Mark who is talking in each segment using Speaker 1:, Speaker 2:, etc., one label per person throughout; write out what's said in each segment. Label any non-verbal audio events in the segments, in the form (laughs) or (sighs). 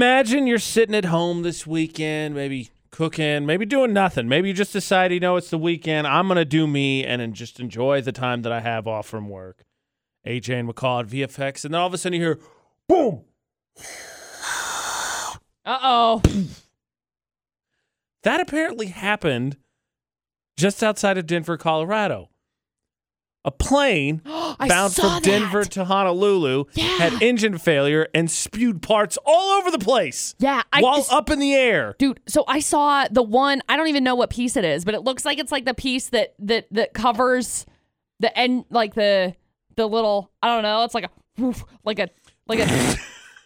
Speaker 1: Imagine you're sitting at home this weekend, maybe cooking, maybe doing nothing. Maybe you just decide, you know, it's the weekend. I'm going to do me and then just enjoy the time that I have off from work. AJ and McCall at VFX. And then all of a sudden you hear, boom.
Speaker 2: Uh oh.
Speaker 1: That apparently happened just outside of Denver, Colorado. A plane
Speaker 2: (gasps) (gasps) I
Speaker 1: bounced
Speaker 2: saw
Speaker 1: from Denver
Speaker 2: that.
Speaker 1: to Honolulu,
Speaker 2: Yeah.
Speaker 1: had engine failure, and spewed parts all over the place
Speaker 2: Yeah, I
Speaker 1: while up in the air.
Speaker 2: dude. So I saw the one. I don't even know what piece it is, but it looks like it's like the piece that that that covers the end, like the the little. I don't know. It's like a woof, like a
Speaker 1: (laughs)
Speaker 2: like a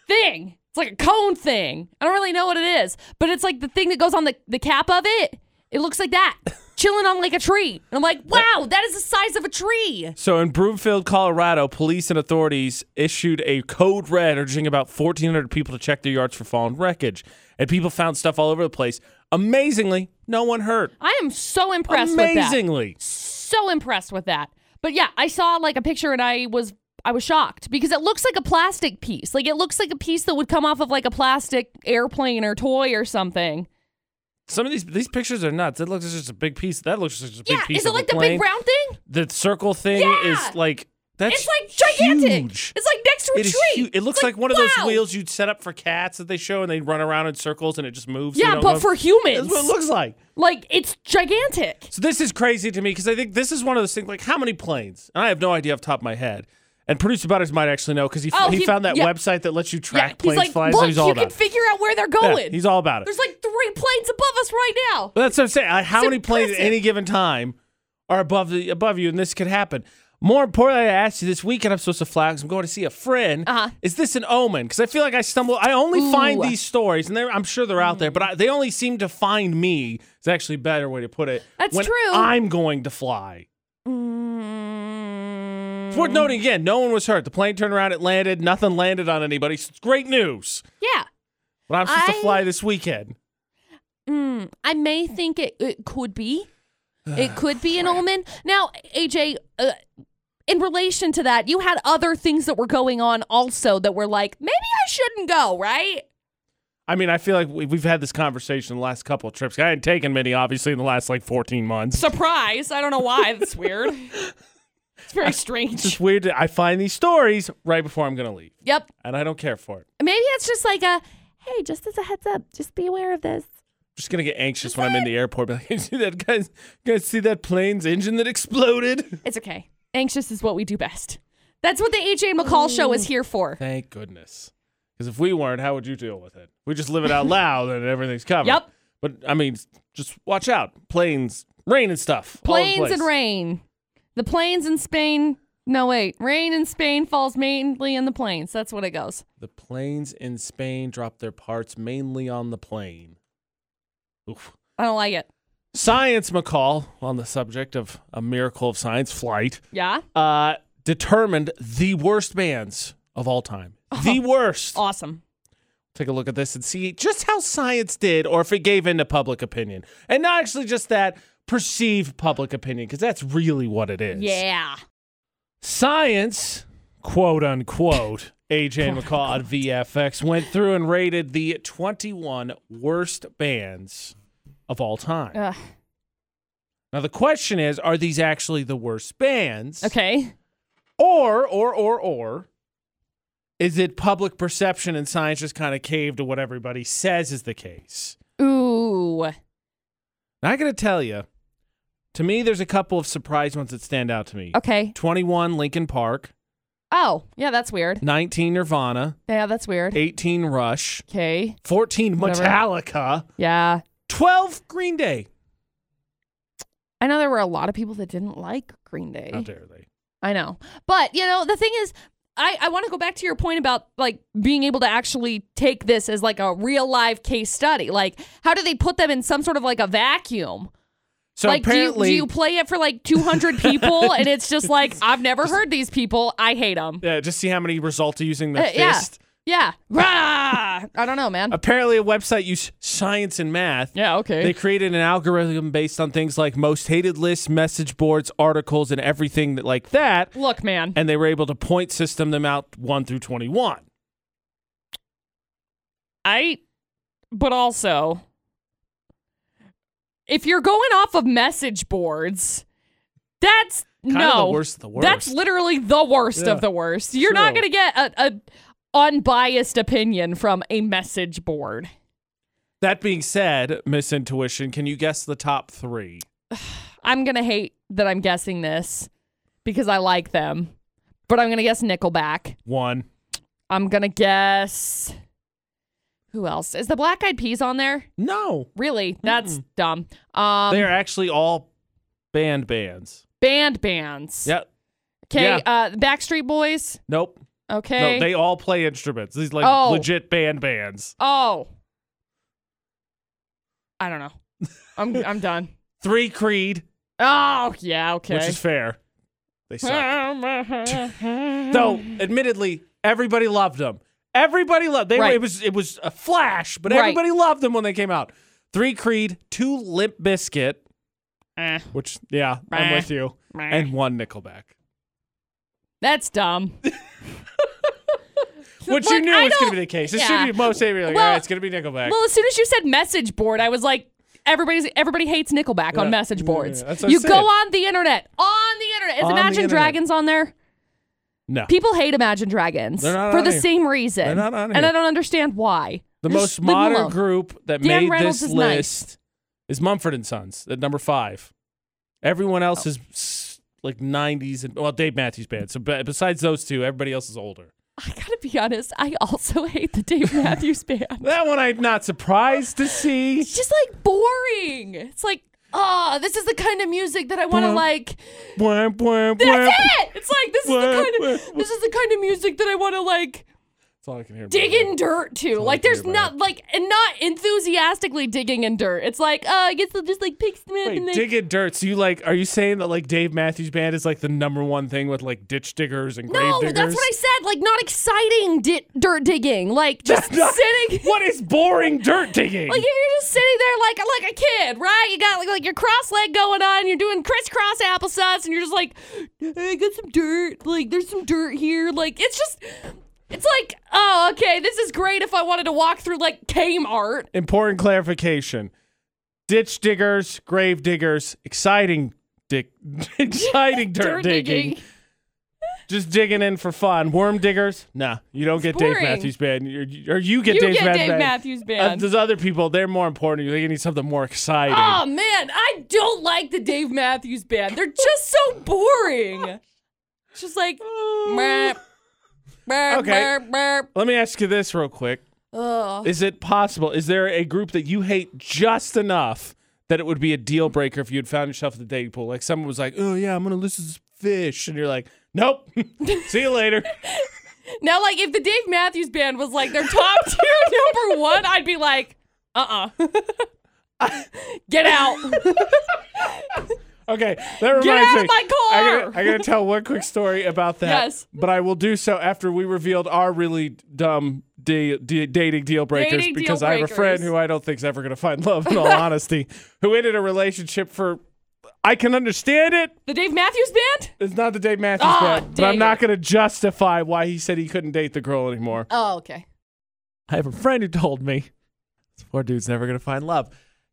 Speaker 2: thing. It's like a cone thing. I don't really know what it is, but it's like the thing that goes on the the cap of it. It looks
Speaker 1: (laughs)
Speaker 2: like that, chilling on like a tree. And I'm like, wow, that is the size of a tree.
Speaker 1: So in Broomfield, Colorado, police and authorities issued a code red urging about 1,400 people to check their yards for fallen wreckage. And people found stuff all over the place. Amazingly, no one hurt.
Speaker 2: I am so impressed with that.
Speaker 1: Amazingly.
Speaker 2: so impressed with that. But yeah, I saw like a picture and I was I was shocked because it looks like a plastic piece. Like it looks like a piece that would come off of like a plastic airplane or toy or something.
Speaker 1: Some of these these pictures are nuts. That looks like just a big piece. That looks like just a big
Speaker 2: yeah,
Speaker 1: piece.
Speaker 2: is it
Speaker 1: of
Speaker 2: like
Speaker 1: a
Speaker 2: the
Speaker 1: plane.
Speaker 2: big round thing?
Speaker 1: The circle thing
Speaker 2: Yeah.
Speaker 1: is like that's
Speaker 2: It's like gigantic.
Speaker 1: huge.
Speaker 2: It's like next to a
Speaker 1: It is
Speaker 2: tree.
Speaker 1: huge. It looks
Speaker 2: It's
Speaker 1: like, one of those
Speaker 2: wow.
Speaker 1: wheels you'd set up for cats that they show and they run around in circles and it just moves. so you
Speaker 2: Yeah,
Speaker 1: don't
Speaker 2: but
Speaker 1: know.
Speaker 2: for
Speaker 1: That's
Speaker 2: humans,
Speaker 1: what it looks like.
Speaker 2: like it's gigantic.
Speaker 1: So this is crazy to me because I think this is one of those things. Like, how many planes? And I have no idea off the top of my head. And producer Butters might actually know because he,
Speaker 2: Oh,
Speaker 1: he,
Speaker 2: he-
Speaker 1: found that
Speaker 2: yeah.
Speaker 1: website that lets you
Speaker 2: Yeah,
Speaker 1: track
Speaker 2: he's
Speaker 1: planes
Speaker 2: like,
Speaker 1: flying.
Speaker 2: look,
Speaker 1: so he's all
Speaker 2: you
Speaker 1: about
Speaker 2: can
Speaker 1: it.
Speaker 2: figure out where they're
Speaker 1: Yeah,
Speaker 2: going.
Speaker 1: he's all about it.
Speaker 2: There's like three planes above us right now.
Speaker 1: Well, that's what I'm saying. Like, how
Speaker 2: It's
Speaker 1: many planes at
Speaker 2: impressive.
Speaker 1: any given time are above the above you, and this could happen. More importantly, I asked you this weekend. I'm supposed to fly 'cause I'm going to see a friend.
Speaker 2: Uh-huh.
Speaker 1: Is this an omen? Because I feel like I stumble. I only find
Speaker 2: Ooh.
Speaker 1: these stories, and they're- I'm sure they're out there, but I, they only seem to find me. Is actually a better way to put it.
Speaker 2: That's
Speaker 1: when
Speaker 2: true.
Speaker 1: I'm going to fly.
Speaker 2: Mm,
Speaker 1: It's worth noting again, no one was hurt. The plane turned around, it landed, nothing landed on anybody. So It's great news.
Speaker 2: yeah.
Speaker 1: But I'm supposed
Speaker 2: I-
Speaker 1: to fly this weekend.
Speaker 2: Mm, I may think it, it could be. It could be an omen. Now, AJ, uh, in relation to that, you had other things that were going on also that were like, maybe I shouldn't go, right?
Speaker 1: I mean, I feel like we- we've had this conversation the last couple of trips. I hadn't taken many, obviously, in the last like 14 months.
Speaker 2: Surprise. I don't know why. That's weird. it's very strange.
Speaker 1: It's just weird that I find these stories right before I'm going to leave,
Speaker 2: yep.
Speaker 1: and I don't care for it.
Speaker 2: Maybe it's just like a, hey, just as a heads up, just be aware of this.
Speaker 1: I'm just going to get anxious when I'm in the airport. Be like, (laughs) you see that guys, you guys see that plane's engine that exploded?
Speaker 2: It's okay. Anxious is what we do best. That's what the AJ and McCall show is here for.
Speaker 1: Thank goodness. Because if we weren't, how would you deal with it? We just live it
Speaker 2: (laughs)
Speaker 1: out loud and everything's covered.
Speaker 2: Yep.
Speaker 1: But I mean, just watch out. Planes, rain and stuff. all over the
Speaker 2: Planes and
Speaker 1: place.
Speaker 2: rain. The planes in Spain. No, wait. Rain in Spain falls mainly in the plains. That's what it goes.
Speaker 1: The planes in Spain drop their parts mainly on the plane. Oof.
Speaker 2: I don't like it.
Speaker 1: Science McCall, on the subject of a miracle of science flight,
Speaker 2: Yeah?
Speaker 1: uh, determined the worst bands of all
Speaker 2: (laughs)
Speaker 1: time. The worst.
Speaker 2: Awesome.
Speaker 1: take a look at this and see just how science did or if it gave in to public opinion. And not actually just that, perceived public opinion, because that's really what it is.
Speaker 2: Yeah.
Speaker 1: Science, quote unquote, AJ McCall at VFX went through and rated the 21 worst bands of all time.
Speaker 2: Ugh.
Speaker 1: Now the question is, are these actually the worst bands?
Speaker 2: Okay.
Speaker 1: Or, or, or, or, is it public perception and science just kind of caved to what everybody says is the case?
Speaker 2: Ooh.
Speaker 1: Now, I got to tell you, to me, there's a couple of surprise ones that stand out to me.
Speaker 2: Okay.
Speaker 1: 21, Lincoln Park.
Speaker 2: Oh, yeah, that's weird.
Speaker 1: 19, Nirvana.
Speaker 2: Yeah, that's weird.
Speaker 1: 18, Rush.
Speaker 2: Okay.
Speaker 1: 14,
Speaker 2: Whatever.
Speaker 1: Metallica.
Speaker 2: Yeah.
Speaker 1: 12, Green Day.
Speaker 2: I know there were a lot of people that didn't like Green Day.
Speaker 1: How dare they?
Speaker 2: I know. But, you know, the thing is, I, I want to go back to your point about like being able to actually take this as like a real live case study. Like, how do they put them in some sort of like a vacuum?
Speaker 1: So
Speaker 2: like,
Speaker 1: apparently.
Speaker 2: do, you, do you play it for like
Speaker 1: (laughs)
Speaker 2: 200 people and it's just like, I've never heard these people. I hate them.
Speaker 1: yeah, uh, just see how many results are using their
Speaker 2: Uh, yeah.
Speaker 1: fist.
Speaker 2: Yeah. Rah! I don't know, man.
Speaker 1: Apparently, a website used science and math
Speaker 2: Yeah,
Speaker 1: They
Speaker 2: okay.
Speaker 1: created an algorithm based on things like most hated lists, message boards, articles, and everything that like that.
Speaker 2: Look, man.
Speaker 1: And they were able to point system them out one through twenty-one.
Speaker 2: I, but also, if you're going off of message boards, that's
Speaker 1: Kind
Speaker 2: no
Speaker 1: of the worst of the worst.
Speaker 2: That's literally the worst
Speaker 1: Yeah.
Speaker 2: of the worst. You're not
Speaker 1: True.
Speaker 2: going to get a, a unbiased opinion from a message board.
Speaker 1: that being said, Miss Intuition, can you guess the top three?
Speaker 2: I'm going to hate that I'm guessing this because I like them, but I'm going to guess Nickelback.
Speaker 1: One.
Speaker 2: I'm going to guess. Who else? Is the Black Eyed Peas on there?
Speaker 1: No.
Speaker 2: Really? That's dumb. Um,
Speaker 1: They are actually all band bands.
Speaker 2: band bands.
Speaker 1: Yeah.
Speaker 2: Okay.
Speaker 1: yeah.
Speaker 2: Uh, Backstreet Boys.
Speaker 1: Nope.
Speaker 2: Okay.
Speaker 1: No, they all play instruments. These like
Speaker 2: Oh.
Speaker 1: legit band bands.
Speaker 2: oh. I don't know.
Speaker 1: (laughs)
Speaker 2: I'm I'm done.
Speaker 1: Three Creed,
Speaker 2: Oh yeah. Okay. (laughs)
Speaker 1: which is fair. They suck.
Speaker 2: no.
Speaker 1: Though, admittedly, everybody loved them. Everybody loved. They
Speaker 2: Right.
Speaker 1: it was it was a flash, but
Speaker 2: Right.
Speaker 1: everybody loved them when they came out. Three Creed, two Limp Biscuit, which yeah, I'm
Speaker 2: Eh, Meh.
Speaker 1: with you, and one Nickelback,
Speaker 2: That's dumb.
Speaker 1: which you
Speaker 2: Look,
Speaker 1: knew
Speaker 2: I
Speaker 1: was gonna
Speaker 2: don't-
Speaker 1: be the case. It
Speaker 2: yeah.
Speaker 1: should be most people like,
Speaker 2: Well-
Speaker 1: "Alright, it's gonna be Nickelback.
Speaker 2: Well, as soon as you said message board, I was like, everybody's everybody hates Nickelback
Speaker 1: Yeah.
Speaker 2: on message
Speaker 1: Yeah,
Speaker 2: boards.
Speaker 1: yeah, that's what I
Speaker 2: you
Speaker 1: said.
Speaker 2: go on the internet, on the internet. Is
Speaker 1: On the
Speaker 2: Imagine
Speaker 1: internet.
Speaker 2: Dragons on there?
Speaker 1: no,
Speaker 2: People hate Imagine Dragons
Speaker 1: They're not
Speaker 2: for
Speaker 1: on
Speaker 2: the
Speaker 1: here.
Speaker 2: same reason,
Speaker 1: They're not on
Speaker 2: and
Speaker 1: here.
Speaker 2: I don't understand why.
Speaker 1: the most
Speaker 2: Just leave them
Speaker 1: modern
Speaker 2: alone.
Speaker 1: group that
Speaker 2: Dan
Speaker 1: made
Speaker 2: Reynolds
Speaker 1: this
Speaker 2: is nice.
Speaker 1: list is Mumford and Sons at number five. Everyone else
Speaker 2: Oh.
Speaker 1: is s- like '90s and well, Dave Matthews Band. So be- besides those two, everybody else is older.
Speaker 2: I gotta be honest. I also (laughs) hate the Dave Matthews Band.
Speaker 1: That one I'm not surprised to
Speaker 2: (laughs)
Speaker 1: see.
Speaker 2: It's just like boring. It's like, oh, this is the kind of music that I want to
Speaker 1: Blah.
Speaker 2: like.
Speaker 1: Bwah, bwah, bwah.
Speaker 2: That's it. It's like this is
Speaker 1: Wah,
Speaker 2: the kind
Speaker 1: wah,
Speaker 2: of
Speaker 1: wah.
Speaker 2: this is the kind of music that I want to like
Speaker 1: That's all I can hear. about
Speaker 2: dig
Speaker 1: it.
Speaker 2: in dirt to. Like there's
Speaker 1: about
Speaker 2: not like and not enthusiastically digging in dirt. It's like, uh, I guess they'll just like pick Smith
Speaker 1: Wait,
Speaker 2: and they
Speaker 1: dig in dirt. So you like? Are you saying that like Dave Matthews Band is like the number one thing with like ditch diggers and grave
Speaker 2: No,
Speaker 1: diggers?
Speaker 2: that's what I said. Like not exciting di- dirt digging. Like
Speaker 1: (laughs)
Speaker 2: just
Speaker 1: Not-
Speaker 2: sitting.
Speaker 1: What is boring dirt digging?
Speaker 2: (laughs) Like if you're just sitting there like like a kid, right? You got like, like your cross leg going on, you're doing crisscross applesauce, and you're just like, I got some dirt. Like there's some dirt here. Like it's just, it's like, oh okay, this is great. If I wanted to walk through like Kmart,
Speaker 1: Important clarification: ditch diggers, grave diggers, exciting dick, (laughs)
Speaker 2: (laughs)
Speaker 1: exciting dirt,
Speaker 2: dirt
Speaker 1: digging. just digging in for fun. Worm diggers? Nah, you don't get Dave
Speaker 2: boring.
Speaker 1: Matthews Band, You're- or you get
Speaker 2: You
Speaker 1: Dave
Speaker 2: get
Speaker 1: Matthews
Speaker 2: Dave
Speaker 1: Band.
Speaker 2: Matthews
Speaker 1: Uh,
Speaker 2: Band.
Speaker 1: there's other people; they're more important. They need something more exciting.
Speaker 2: Oh man, I don't like the Dave Matthews Band. They're just so boring. It's just like,
Speaker 1: Mm.
Speaker 2: okay.
Speaker 1: Okay. Let me ask you this real quick. Is it possible? Is there a group that you hate just enough that it would be a deal breaker if you had found yourself at the dating pool? Like someone was like, "Oh yeah, I'm gonna listen to fish," and you're like, "Nope, (laughs) see you later."
Speaker 2: Now, like, if the Dave Matthews Band was like their top (laughs) tier number one, I'd be like, uh uh (laughs)
Speaker 1: (laughs)
Speaker 2: Get out.
Speaker 1: Okay, that reminds
Speaker 2: out of
Speaker 1: me.
Speaker 2: my
Speaker 1: I
Speaker 2: car!
Speaker 1: gotta, I gotta tell one quick story about that.
Speaker 2: Yes.
Speaker 1: but I will do so after we revealed our really dumb de- de- dating deal breakers
Speaker 2: Dating deal
Speaker 1: because I have a friend
Speaker 2: breakers.
Speaker 1: who I don't think's ever gonna find love.
Speaker 2: (laughs)
Speaker 1: In all honesty, who ended a relationship for. I can understand it.
Speaker 2: The Dave Matthews Band?
Speaker 1: It's not the Dave Matthews
Speaker 2: Ah,
Speaker 1: Band, but I'm
Speaker 2: dang
Speaker 1: not
Speaker 2: it.
Speaker 1: going to justify why he said he couldn't date the girl anymore.
Speaker 2: Oh, okay.
Speaker 1: I have a friend who told me this poor dude's never going to find love.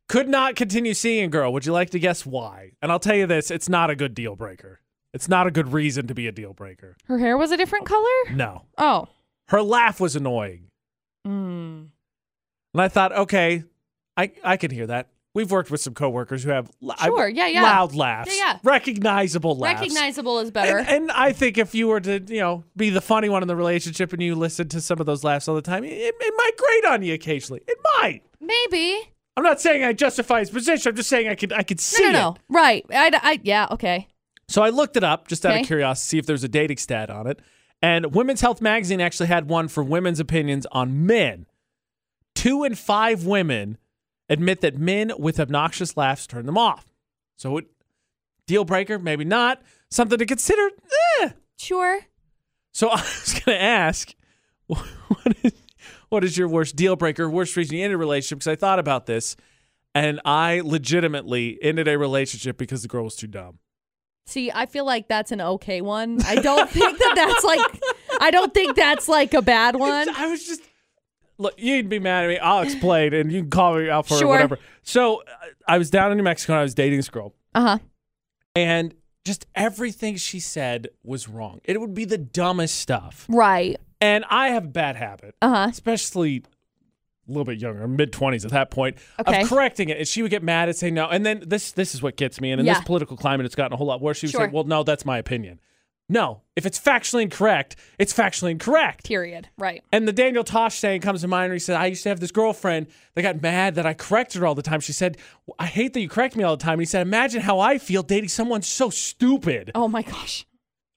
Speaker 1: Could not continue seeing a girl. Would you like to guess why? And I'll tell you this it's not a good deal breaker. It's not a good reason to be a deal breaker.
Speaker 2: Her hair was a different color?
Speaker 1: No.
Speaker 2: Oh.
Speaker 1: Her laugh was annoying.
Speaker 2: Mm.
Speaker 1: And I thought, okay, I, I can hear that. We've worked with some coworkers who have l- I-
Speaker 2: Sure, yeah, yeah.
Speaker 1: loud laughs,
Speaker 2: Yeah, yeah.
Speaker 1: recognizable laughs.
Speaker 2: Recognizable is better.
Speaker 1: And, and I think if you were to, you know, be the funny one in the relationship and you listen to some of those laughs all the time, it, it might grate on you occasionally. It might.
Speaker 2: Maybe.
Speaker 1: I'm not saying I justify his position. I'm just saying I could I could see
Speaker 2: No, no,
Speaker 1: it.
Speaker 2: no. Right. I, I, yeah, okay.
Speaker 1: So I looked it up just out of
Speaker 2: Okay.
Speaker 1: curiosity, see if there's a dating stat on it. And Women's Health Magazine actually had one for women's opinions on men. Two in five women admit that men with obnoxious laughs turn them off. So it deal breaker, maybe not. Something to consider. Eh.
Speaker 2: Sure.
Speaker 1: So (laughs) I was going to ask, what is, what is your worst deal breaker, worst reason you ended a relationship? Because I thought about this, and I legitimately ended a relationship because the girl was too dumb.
Speaker 2: See, I feel like that's an okay one. I don't think that that's like, I don't think that's like a bad one.
Speaker 1: I was just look, you'd be mad at me. I'll explain, and you can call me out for it,
Speaker 2: Sure.
Speaker 1: whatever. So uh, I I was down in New Mexico, and I was dating this girl,
Speaker 2: Uh huh.
Speaker 1: and just everything she said was wrong. It would be the dumbest stuff,
Speaker 2: Right.
Speaker 1: and I have a bad habit,
Speaker 2: Uh huh.
Speaker 1: especially. A little bit younger, mid twenties at that point,
Speaker 2: Okay.
Speaker 1: of correcting it, and she would get mad and say no. And then this this is what gets me. And in
Speaker 2: Yeah.
Speaker 1: this political climate, it's gotten a whole lot worse. She would
Speaker 2: Sure.
Speaker 1: say, "Well, no, that's my opinion." No, if it's factually incorrect, it's factually incorrect.
Speaker 2: Period. Right.
Speaker 1: And the Daniel Tosh saying comes to mind where he said, I used to have this girlfriend that got mad that I corrected her all the time. She said, "Well, I hate that you correct me all the time. And he said, Imagine how I feel dating someone so stupid.
Speaker 2: Oh my gosh.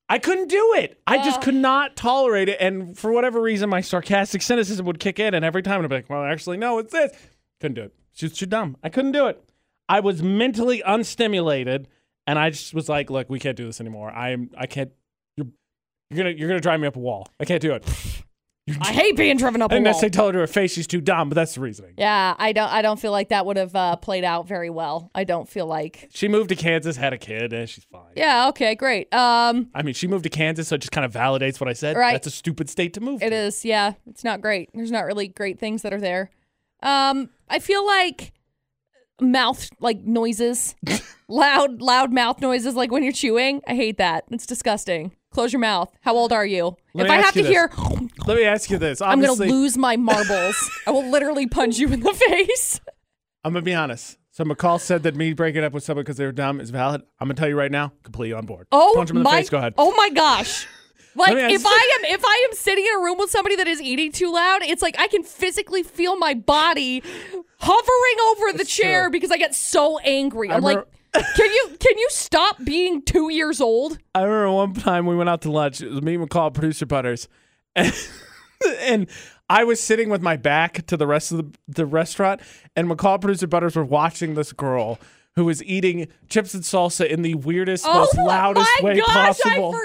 Speaker 1: I couldn't do it. I just
Speaker 2: Ugh.
Speaker 1: could not tolerate it. And for whatever reason, my sarcastic cynicism would kick in. And every time I'd be like, Well, actually, no, it's this. Couldn't do it. She's too dumb. I couldn't do it. I was mentally unstimulated. And I just was like, Look, we can't do this anymore. I'm, I can't, you're, you're going to, you're going to drive me up a wall. I can't
Speaker 2: (laughs)
Speaker 1: do it.
Speaker 2: I hate being driven up
Speaker 1: I
Speaker 2: a
Speaker 1: didn't
Speaker 2: wall.
Speaker 1: necessarily tell her to her face she's too dumb, but that's the reasoning.
Speaker 2: Yeah, I don't. I don't feel like that would have uh, played out very well. I don't feel like.
Speaker 1: She moved to Kansas, had a kid, and she's fine.
Speaker 2: Yeah. Okay. Great. Um.
Speaker 1: I mean, she moved to Kansas, so it just kind of validates what I said.
Speaker 2: Right.
Speaker 1: That's a stupid state to move
Speaker 2: It
Speaker 1: to.
Speaker 2: is. Yeah. It's not great. There's not really great things that are there. Um. I feel like mouth like
Speaker 1: (laughs)
Speaker 2: noises, loud loud mouth noises, like when you're chewing. I hate that. It's disgusting. Close your mouth. How old are you?
Speaker 1: Let
Speaker 2: if
Speaker 1: me
Speaker 2: I
Speaker 1: ask
Speaker 2: have to
Speaker 1: you this.
Speaker 2: hear,
Speaker 1: Let me ask you this.
Speaker 2: I'm gonna
Speaker 1: Obviously,
Speaker 2: lose my marbles. I will literally punch you in the (laughs) face.
Speaker 1: I'm going to be honest. So McCall said that me breaking up with someone because they were dumb is valid. I'm going to tell you right now, completely on board.
Speaker 2: Oh
Speaker 1: Punch him in the
Speaker 2: my,
Speaker 1: face. Go ahead.
Speaker 2: Oh my
Speaker 1: (laughs)
Speaker 2: gosh. Like
Speaker 1: me ask-
Speaker 2: if I am if I am sitting in a room with somebody that is eating too loud, it's like I can physically feel my body hovering over the chair
Speaker 1: true.
Speaker 2: because I get so angry. I'm
Speaker 1: remember- (laughs)
Speaker 2: like, can you can you stop being two years old?
Speaker 1: I remember one time we went out to lunch. It was me, McCall, producer Butters, and, (laughs) and I was sitting with my back to the rest of the, the restaurant, and McCall, producer Butters, were watching this girl who was eating chips and salsa in the weirdest, most
Speaker 2: oh
Speaker 1: loudest
Speaker 2: my
Speaker 1: way
Speaker 2: gosh,
Speaker 1: possible.
Speaker 2: I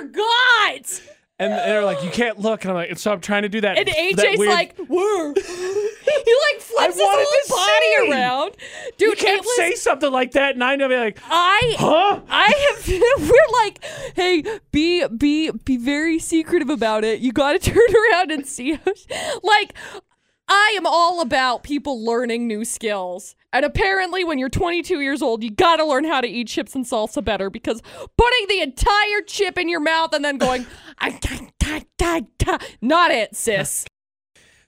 Speaker 2: forgot.
Speaker 1: and they're like, "You can't look," and I'm like, and "So I'm trying to do that."
Speaker 2: And
Speaker 1: that
Speaker 2: AJ's
Speaker 1: weird- (laughs)
Speaker 2: like, whoa. (laughs) he like flips his
Speaker 1: wanted to
Speaker 2: whole body
Speaker 1: sing.
Speaker 2: around.
Speaker 1: "You
Speaker 2: Dude,
Speaker 1: can't
Speaker 2: it was,
Speaker 1: say something like that," and I'm gonna be like,
Speaker 2: I
Speaker 1: "Huh."
Speaker 2: I have. (laughs) We're like, hey, be be be very secretive about it. You got to (laughs) turn around and see. How she, like, I am all about people learning new skills. And apparently, when you're 22 years old, you got to learn how to eat chips and salsa better because putting the entire chip in your mouth and
Speaker 1: (laughs)
Speaker 2: then going, "Ah, da, da, da, da," not it, sis.
Speaker 1: (laughs)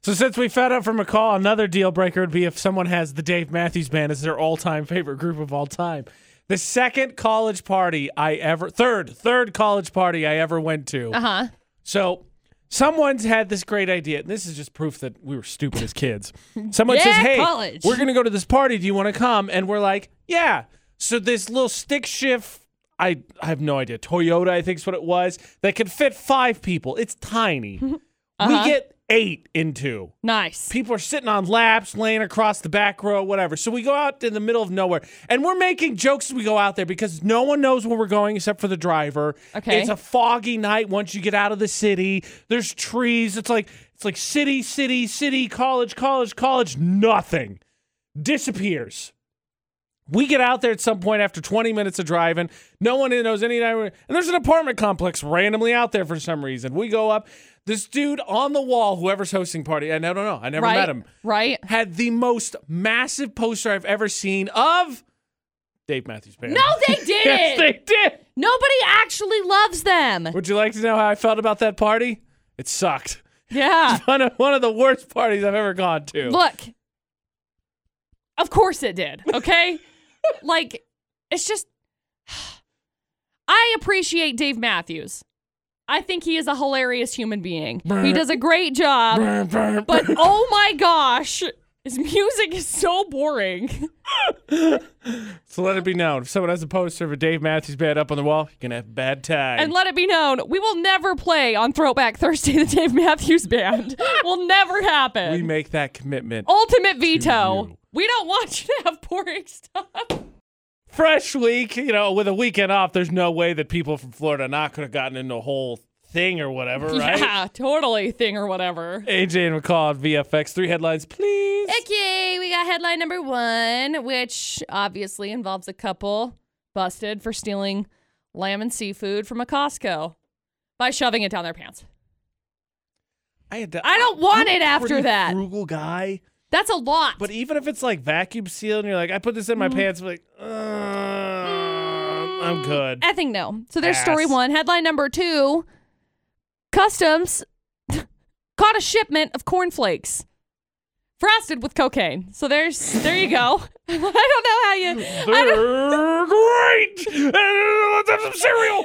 Speaker 1: So since we fed up from McCall, another deal breaker would be if someone has the Dave Matthews Band as their all-time favorite group of all time. The second college party I ever, third, third college party I ever went to.
Speaker 2: Uh huh.
Speaker 1: So someone's had this great idea, and this is just proof that we were stupid as kids. Someone says,
Speaker 2: Yeah,
Speaker 1: "Hey,
Speaker 2: college."
Speaker 1: we're gonna go to this party. Do you want to come?" And we're like, "Yeah." So this little stick shift. I, I have no idea. Toyota, I think is what it was, that could fit five people. It's
Speaker 2: (laughs)
Speaker 1: tiny.
Speaker 2: Uh-huh.
Speaker 1: We get eight into
Speaker 2: Nice.
Speaker 1: people are sitting on laps, laying across the back row, whatever. So we go out in the middle of nowhere, and we're making jokes as we go out there because no one knows where we're going except for the driver.
Speaker 2: Okay.
Speaker 1: it's a foggy night once you get out of the city. There's trees. It's like it's like city, city, city, college, college, college. Nothing disappears. We get out there at some point after 20 minutes of driving. No one knows any. And there's an apartment complex randomly out there for some reason. We go up. This dude on the wall, whoever's hosting party, and I don't know. I never
Speaker 2: right.
Speaker 1: met him.
Speaker 2: Right.
Speaker 1: Had the most massive poster I've ever seen of Dave Matthews Band.
Speaker 2: No, they
Speaker 1: (laughs)
Speaker 2: did
Speaker 1: yes,
Speaker 2: it.
Speaker 1: they did.
Speaker 2: Nobody actually loves them.
Speaker 1: Would you like to know how I felt about that party? It sucked. (laughs)
Speaker 2: Yeah.
Speaker 1: One of, one of the worst parties I've ever gone to. (laughs)
Speaker 2: Look, of course it did.
Speaker 1: (laughs)
Speaker 2: Okay, like it's just. I appreciate Dave Matthews. I think he is a hilarious human being. He does a great job,
Speaker 1: (laughs)
Speaker 2: but oh my gosh, his music is so boring. oh
Speaker 1: So let it be known if someone has a poster of a Dave Matthews Band up on the wall, you're going to have a bad time.
Speaker 2: And let it be known, we will never play on Throwback Thursday the Dave
Speaker 1: (laughs)
Speaker 2: Matthews Band. will never happen.
Speaker 1: we make that commitment.
Speaker 2: Ultimate veto.
Speaker 1: you.
Speaker 2: We don't want you to have boring stuff.
Speaker 1: Fresh week, you know, with a weekend off, there's no way that people from Florida not could have gotten into a whole thing or whatever, right?
Speaker 2: (laughs) Yeah, totally thing or whatever.
Speaker 1: AJ and McCall on VFX. Three headlines, please.
Speaker 2: Okay, we got headline number one, which obviously involves a couple busted for stealing lamb and seafood from a Costco by shoving it down their pants.
Speaker 1: I, had to,
Speaker 2: I don't want
Speaker 1: I'm
Speaker 2: it
Speaker 1: a
Speaker 2: after
Speaker 1: pretty
Speaker 2: that.
Speaker 1: Frugal guy.
Speaker 2: That's a lot.
Speaker 1: But even if it's like vacuum sealed, and you're like, I put this in my
Speaker 2: Mm-hmm.
Speaker 1: pants, I'm like, uh, I'm good.
Speaker 2: I think no. So there's story
Speaker 1: Ass.
Speaker 2: one. Headline number two Customs (laughs) caught a shipment of cornflakes frosted with cocaine. So there's, there you go. (laughs) I don't know how you, I don't,
Speaker 1: They're great. (laughs) And let's have some cereal.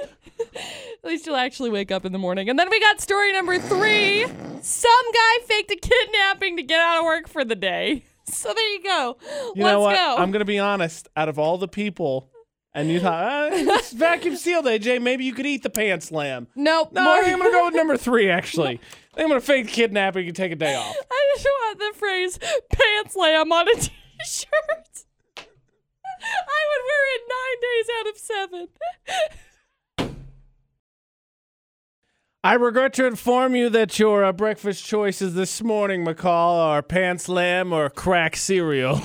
Speaker 2: at least you'll actually wake up in the morning. And then we got story number three some guy faked a kidnapping to get out of work for the day. (laughs) So there you go.
Speaker 1: You
Speaker 2: Let's
Speaker 1: know what?
Speaker 2: go.
Speaker 1: I'm gonna be honest. Out of all the people, and you thought
Speaker 2: (laughs)
Speaker 1: ah, it's vacuum sealed, AJ, maybe you could eat the pants lamb.
Speaker 2: nope.
Speaker 1: No, I
Speaker 2: more-
Speaker 1: think I'm gonna go with number three. Actually, I think I'm gonna fake kidnapping and take a day off.
Speaker 2: (laughs) I just want the phrase pants lamb on a (laughs) t shirt. (laughs) I would wear it nine days out of seven. (laughs)
Speaker 1: I regret to inform you that your uh, breakfast choices this morning, McCall, are pants lamb or crack cereal. (laughs)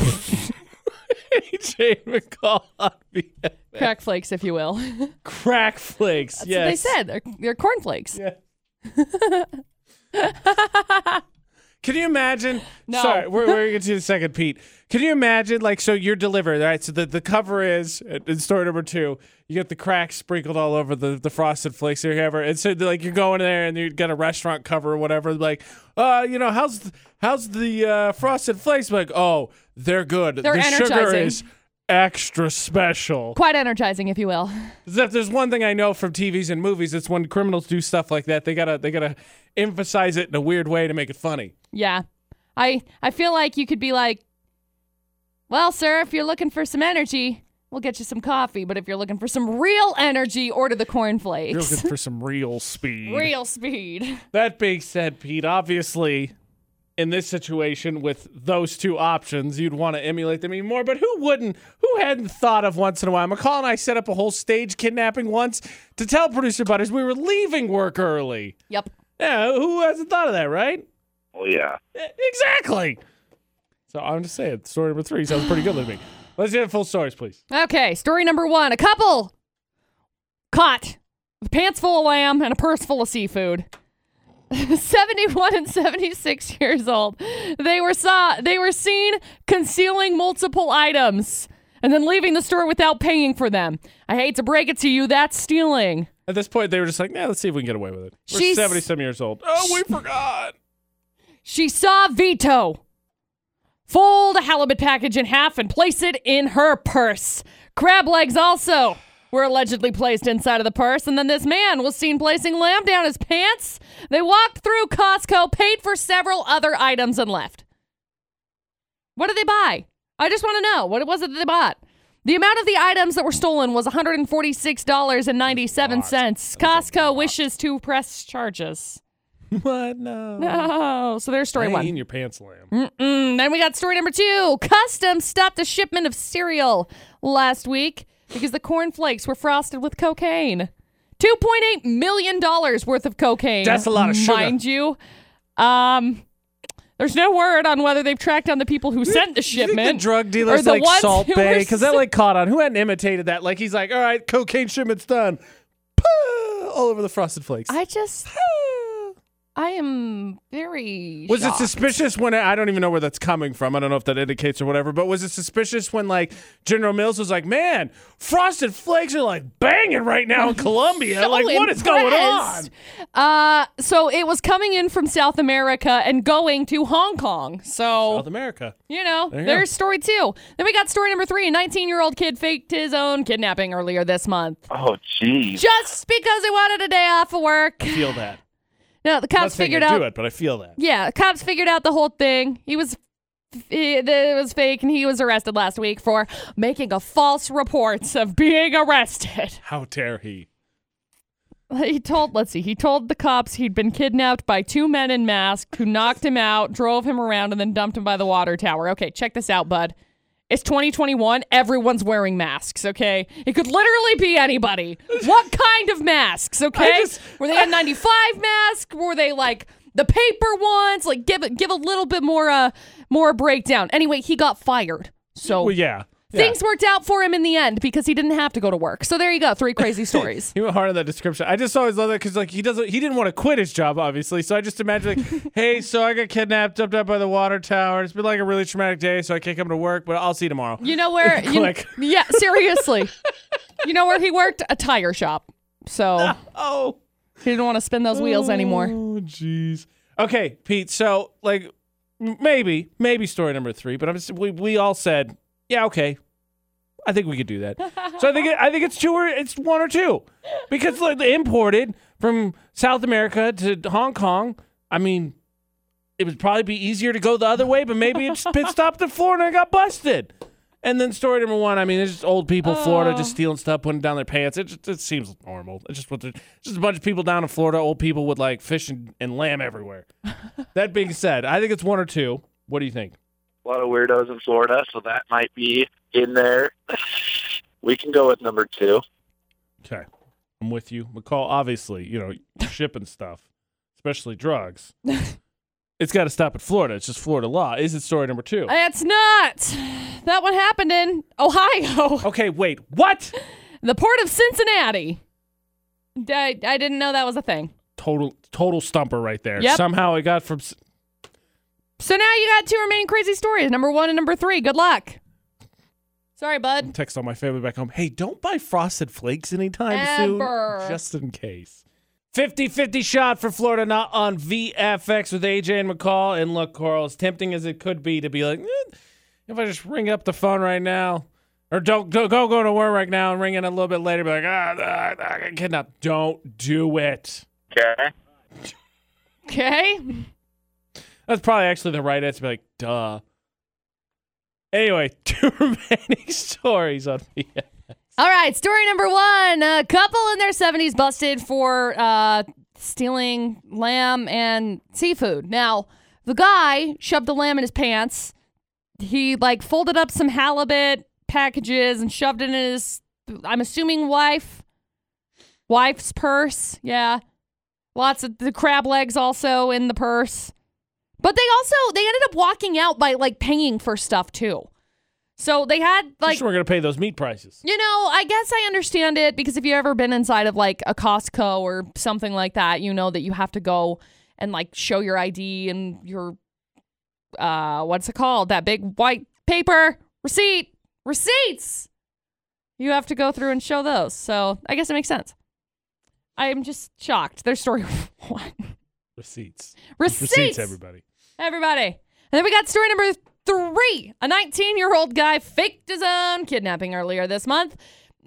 Speaker 1: AJ McCall (laughs) on VFX.
Speaker 2: Crack flakes, if you will. (laughs) That's
Speaker 1: Crack flakes.
Speaker 2: what they
Speaker 1: yes.
Speaker 2: said. They're, they're cornflakes.
Speaker 1: Yeah. (laughs) Can you imagine?
Speaker 2: No.
Speaker 1: Sorry, we're, we're going to the second, Pete. Can you imagine? Like, so you're delivered, right? So the, the cover is in in story number two. You get the cracks sprinkled all over the, the frosted flakes or whatever. And so, like, you're going there and you got a restaurant cover or whatever. Like, uh, you know, how's th- how's the uh, frosted flakes? Like, oh, they're good.
Speaker 2: They're
Speaker 1: the sugar
Speaker 2: energizing.
Speaker 1: is extra special.
Speaker 2: Quite energizing, if you will.
Speaker 1: So if there's one thing I know from TVs and movies, it's when criminals do stuff like that, they gotta they gotta emphasize it in a weird way to make it funny.
Speaker 2: Yeah. I I feel like you could be like, well, sir, if you're looking for some energy, we'll get you some coffee. But if you're looking for some real energy, order the
Speaker 1: You're
Speaker 2: cornflakes.
Speaker 1: looking for some real speed.
Speaker 2: (laughs) Real speed. (laughs)
Speaker 1: That being said, Pete, obviously, in this situation with those two options, you'd want to emulate them even more. But who wouldn't? Who hadn't thought of once in a while? McCall and I set up a whole stage kidnapping once to tell producer Butters we were leaving work early.
Speaker 2: Yep.
Speaker 1: Yeah, who hasn't thought of that, right? E,
Speaker 3: Oh yeah.
Speaker 1: Exactly. So I'm just saying, story number three sounds pretty good
Speaker 3: (gasps)
Speaker 1: to me. Let's get full stories, please.
Speaker 2: Okay, story number one. A couple caught with pants full of lamb and a purse full of seafood. (laughs) 71 and 76 years old. They were saw they were seen concealing multiple items and then leaving the store without paying for them. I hate to break it to you, that's stealing.
Speaker 1: At this point, they were just like, "Yeah, let's see if we can get away with it." We're
Speaker 2: She's-
Speaker 1: 70 some years old. Oh, we forgot.
Speaker 2: She saw Vito fold a halibut package in half and place it in her purse. Crab legs also were allegedly placed inside of the purse, and then this man was seen placing lamb down his pants. They walked through Costco, paid for several other items, and left. What did they buy? I just want to know what it was that they bought. The amount of the items that were stolen was $146.97. Costco wishes to press charges.
Speaker 1: (laughs) What? No. Mm-hmm.
Speaker 2: Oh, so
Speaker 1: I
Speaker 2: there's story
Speaker 1: ain't
Speaker 2: one.
Speaker 1: in your pants, lamb.
Speaker 2: Mm-mm. Then Mm, we got story number two. Customs stopped a shipment of cereal last week because the cornflakes were frosted with cocaine. $2.8 million worth of cocaine.
Speaker 1: That's a lot of sugar.
Speaker 2: Mind you. Um, there's no word on whether they've tracked down the people who sent the
Speaker 1: You think
Speaker 2: shipment.
Speaker 1: the drug
Speaker 2: or
Speaker 1: dealers
Speaker 2: the
Speaker 1: like
Speaker 2: ones
Speaker 1: Salt
Speaker 2: who
Speaker 1: Bay
Speaker 2: were
Speaker 1: because that like caught on. Who hadn't imitated that? Like he's like, "All right, cocaine shipment's done." Pah! All over the frosted flakes.
Speaker 2: I just,
Speaker 1: Ah.
Speaker 2: I am very.
Speaker 1: Was it
Speaker 2: shocked.
Speaker 1: suspicious when I don't even know where that's coming from? I don't know if that indicates or whatever, but was it suspicious when like General Mills was like, "Man, Frosted Flakes are like banging right
Speaker 2: (laughs)
Speaker 1: now in Colombia.
Speaker 2: so
Speaker 1: like, what is going on?"
Speaker 2: impressed. Uh, so it was coming in from South America and going to Hong Kong. So
Speaker 1: America.
Speaker 2: you know,
Speaker 1: There you
Speaker 2: there's story two. Then we got story number three. A 19-year-old kid faked his own kidnapping earlier this month
Speaker 3: Oh jeez.
Speaker 2: just because he wanted a day off of work.
Speaker 1: Feel that.
Speaker 2: No,
Speaker 1: I'm
Speaker 2: the
Speaker 1: not
Speaker 2: cops
Speaker 1: saying
Speaker 2: figured
Speaker 1: I
Speaker 2: out.
Speaker 1: do it, but I feel that.
Speaker 2: Yeah, cops figured out the whole thing. He was it it was fake, and he was arrested last week for making a false report of being arrested.
Speaker 1: How dare he?
Speaker 2: (laughs) He told, let's see, he told the cops he'd been kidnapped by two men in masks who knocked him out, drove him around, and then dumped him by the water tower. Okay, check this out, bud. It's 2021. Everyone's wearing masks, okay? It could literally be anybody. What kind of masks, okay?
Speaker 1: just-
Speaker 2: Were they
Speaker 1: (laughs)
Speaker 2: N95 masks? Were they like the paper ones? Like give it, give a little bit more uh more breakdown. Anyway, he got fired. So
Speaker 1: Well, yeah. Yeah.
Speaker 2: Things worked out for him in the end because he didn't have to go to work. So there you go,
Speaker 1: (laughs)
Speaker 2: three crazy stories.
Speaker 1: He went hard on that description. I just always love that because like he doesn't, he didn't want to quit his job, obviously. So I just imagine
Speaker 2: (laughs)
Speaker 1: like, hey, so I got kidnapped, dumped out by the water tower. It's been like a really traumatic day, so I can't come to work, but I'll see you tomorrow.
Speaker 2: You know where? You,
Speaker 1: Click.
Speaker 2: yeah, seriously. you know where he worked? A tire shop. So
Speaker 1: (laughs) Oh,
Speaker 2: he didn't want to spin those wheels anymore.
Speaker 1: Oh, jeez. Okay, Pete. So like, m- maybe, maybe story number three. But I'm just, we we all said, yeah, okay. I think we could do that. so I think it, I think it's two or it's one or two, because like they imported from South America to Hong Kong. I mean, it would probably be easier to go the other way, but maybe it just pit stopped in Florida and got busted. And then story number one, I mean, it's just old people, Florida, just stealing stuff, putting it down their pants. It just it seems normal. It's just what they're- just a bunch of people down in Florida, old people with like fish and, and lamb everywhere. that being said, I think it's one or two. What do you think?
Speaker 3: a lot of weirdos in Florida, so that might be in there. (laughs) we can go with number two.
Speaker 1: Okay, I'm with you, McCall. Obviously, you know, shipping stuff, especially drugs. it's got to stop at Florida. It's just Florida law. Is it story number two?
Speaker 2: That's not. That one happened in Ohio, (laughs)
Speaker 1: okay, wait, what?
Speaker 2: the port of Cincinnati. I, I didn't know that was a thing.
Speaker 1: Total total stumper right there.
Speaker 2: Yep.
Speaker 1: Somehow it got from. s-
Speaker 2: So now you got two remaining crazy stories number one and number three. Good luck. Sorry, bud.
Speaker 1: text all my family back home hey don't buy frosted flakes anytime
Speaker 2: Ever.
Speaker 1: soon just in case 50-50 shot for florida not on vfx with aj and mccall and look coral as tempting as it could be to be like "Eh, if i just ring up the phone right now or don't go go, go to work right now and ring in a little bit later be like ah, ah, ah, i cannot don't do it
Speaker 3: Okay.
Speaker 2: Okay.
Speaker 1: that's probably actually the right answer be like duh anyway (laughs) two remaining (laughs) stories on vfx
Speaker 2: All right, story number one. A couple in their 70s busted for uh, stealing lamb and seafood. Now, the guy shoved the lamb in his pants. He, like, folded up some halibut packages and shoved it in his, I'm assuming, wife. Wife's purse. Yeah. Lots of the crab legs also in the purse. But they also, they ended up walking out by, like, paying for stuff, too. So they had, like,
Speaker 1: sure we're gonna pay those meat prices
Speaker 2: you know, I guess I understand it because if you've ever been inside of like a Costco or something like that, you know that you have to go and like show your ID and your uh what's it called? That big white paper receipt. Receipts. You have to go through and show those. So I guess it makes sense. I am just shocked. There's story (laughs) one.
Speaker 1: receipts
Speaker 2: Receipts,
Speaker 1: everybody
Speaker 2: everybody. And then we got story number three. A 19 year old guy faked his own kidnapping earlier this month,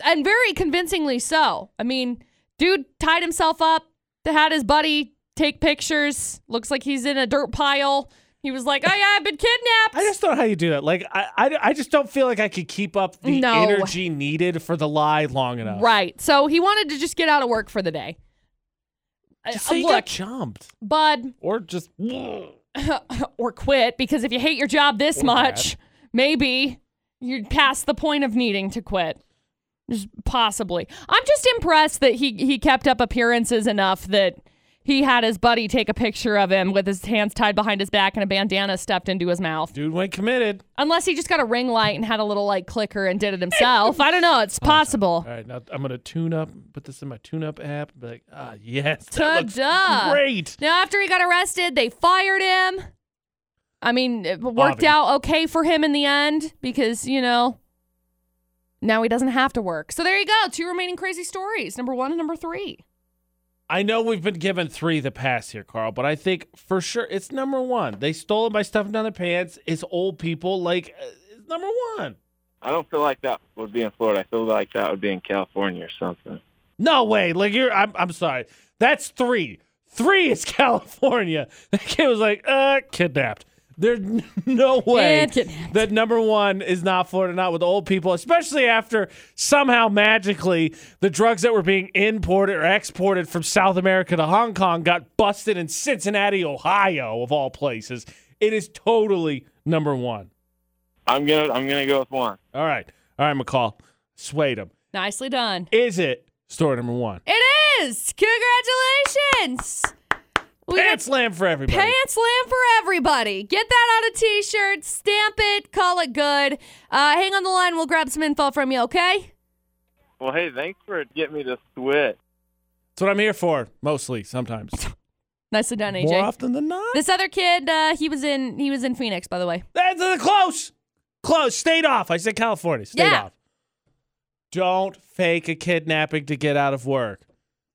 Speaker 2: and very convincingly so. I mean, dude tied himself up, had his buddy take pictures. Looks like he's in a dirt pile. He was like, Oh, yeah, I've been kidnapped.
Speaker 1: I just don't know how you do that. Like, I, I, I just don't feel like I could keep up the
Speaker 2: No.
Speaker 1: energy needed for the lie long enough.
Speaker 2: right. So he wanted to just get out of work for the day. Uh,
Speaker 1: Just say you got
Speaker 2: Look,
Speaker 1: jumped
Speaker 2: bud,
Speaker 1: or just.
Speaker 2: or quit because if you hate your job this
Speaker 1: Or
Speaker 2: much, maybe you're past the point of needing to quit. Just possibly. I'm just impressed that he he kept up appearances enough that he had his buddy take a picture of him with his hands tied behind his back and a bandana stuffed into his mouth.
Speaker 1: Dude went committed.
Speaker 2: Unless he just got a ring light and had a little like clicker and did it himself. I don't know. It's possible.
Speaker 1: All right, now I'm gonna tune up. Put this in my tune up app. Be like, ah, yes, that looks
Speaker 2: Ta-da.
Speaker 1: great.
Speaker 2: Now, after he got arrested, they fired him. I mean, it worked
Speaker 1: Bobby.
Speaker 2: out okay for him in the end because, you know, now he doesn't have to work. So there you go. Two remaining crazy stories number one and number three.
Speaker 1: I know we've been given three the pass here, Carl, but I think for sure it's number one. They stole it by stuffing down their pants. It's old people. Like, uh, it's number one.
Speaker 4: I don't feel like that would be in Florida. I feel like that would be in California or something.
Speaker 1: No way. Like you're I'm I'm sorry. That's three. Three is (laughs) California. That kid was like, uh, kidnapped. There's n- (laughs) no way
Speaker 2: And kidnapped.
Speaker 1: that number one is not Florida, not with old people, especially after somehow magically the drugs that were being imported or exported from South America to Hong Kong got busted in Cincinnati, Ohio, of all places. It is totally number one.
Speaker 4: I'm gonna I'm gonna go with one.
Speaker 1: All right. All right, McCall. Swayed him.
Speaker 2: Nicely done.
Speaker 1: Is it story number one?
Speaker 2: It is. Congratulations. We got
Speaker 1: Pants slam for everybody.
Speaker 2: Pants slam for everybody. Get that on a t shirt, stamp it, call it good. Uh, hang on the line. We'll grab some info from you, okay?
Speaker 4: Well, hey, thanks for getting me to switch.
Speaker 1: That's what I'm here for, mostly,
Speaker 2: (laughs)
Speaker 1: sometimes.
Speaker 2: Nicely done, AJ.
Speaker 1: More often than not.
Speaker 2: This other kid, uh, he was in he was in Phoenix, by the way.
Speaker 1: That's uh, close. Close. Stayed off. I said California. Stayed
Speaker 2: Yeah.
Speaker 1: off. Don't fake a kidnapping to get out of work.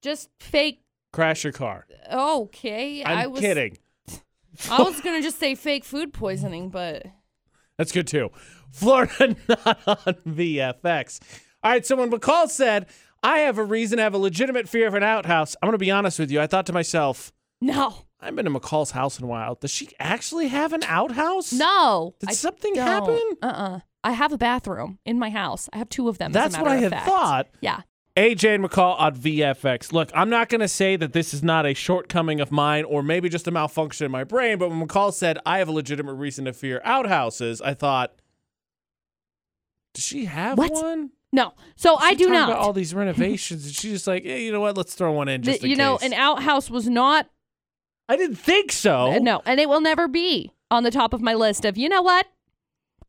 Speaker 2: Just fake.
Speaker 1: Crash your car.
Speaker 2: Okay,
Speaker 1: I'm
Speaker 2: was
Speaker 1: kidding.
Speaker 2: I was gonna just say fake food poisoning, but
Speaker 1: That's good too. Florida (laughs) not on VFX. All right, someone McCall said, I have a reason, I have a legitimate fear of an outhouse. I'm gonna be honest with you. I thought to myself,
Speaker 2: no,
Speaker 1: I haven't been to McCall's house in a while. Does she actually have an outhouse?
Speaker 2: no.
Speaker 1: Did
Speaker 2: I
Speaker 1: something
Speaker 2: don't.
Speaker 1: happen?
Speaker 2: Uh-uh. I have a bathroom in my house. I have two of them. as a
Speaker 1: That's what
Speaker 2: matter
Speaker 1: I
Speaker 2: of
Speaker 1: had
Speaker 2: fact.
Speaker 1: thought.
Speaker 2: Yeah.
Speaker 1: AJ and McCall on VFX. Look, I'm not going to say that this is not a shortcoming of mine or maybe just a malfunction in my brain, but when McCall said, I have a legitimate reason to fear outhouses, I thought, does she have
Speaker 2: What?
Speaker 1: one?
Speaker 2: No. So I
Speaker 1: She
Speaker 2: do
Speaker 1: talked
Speaker 2: not.
Speaker 1: About all these renovations, and she's just like, eh, you know what? Let's throw one in
Speaker 2: The-
Speaker 1: just in
Speaker 2: you know,
Speaker 1: case."
Speaker 2: an outhouse was not
Speaker 1: I didn't think so.
Speaker 2: Uh, No, and it will never be on the top of my list of you know what?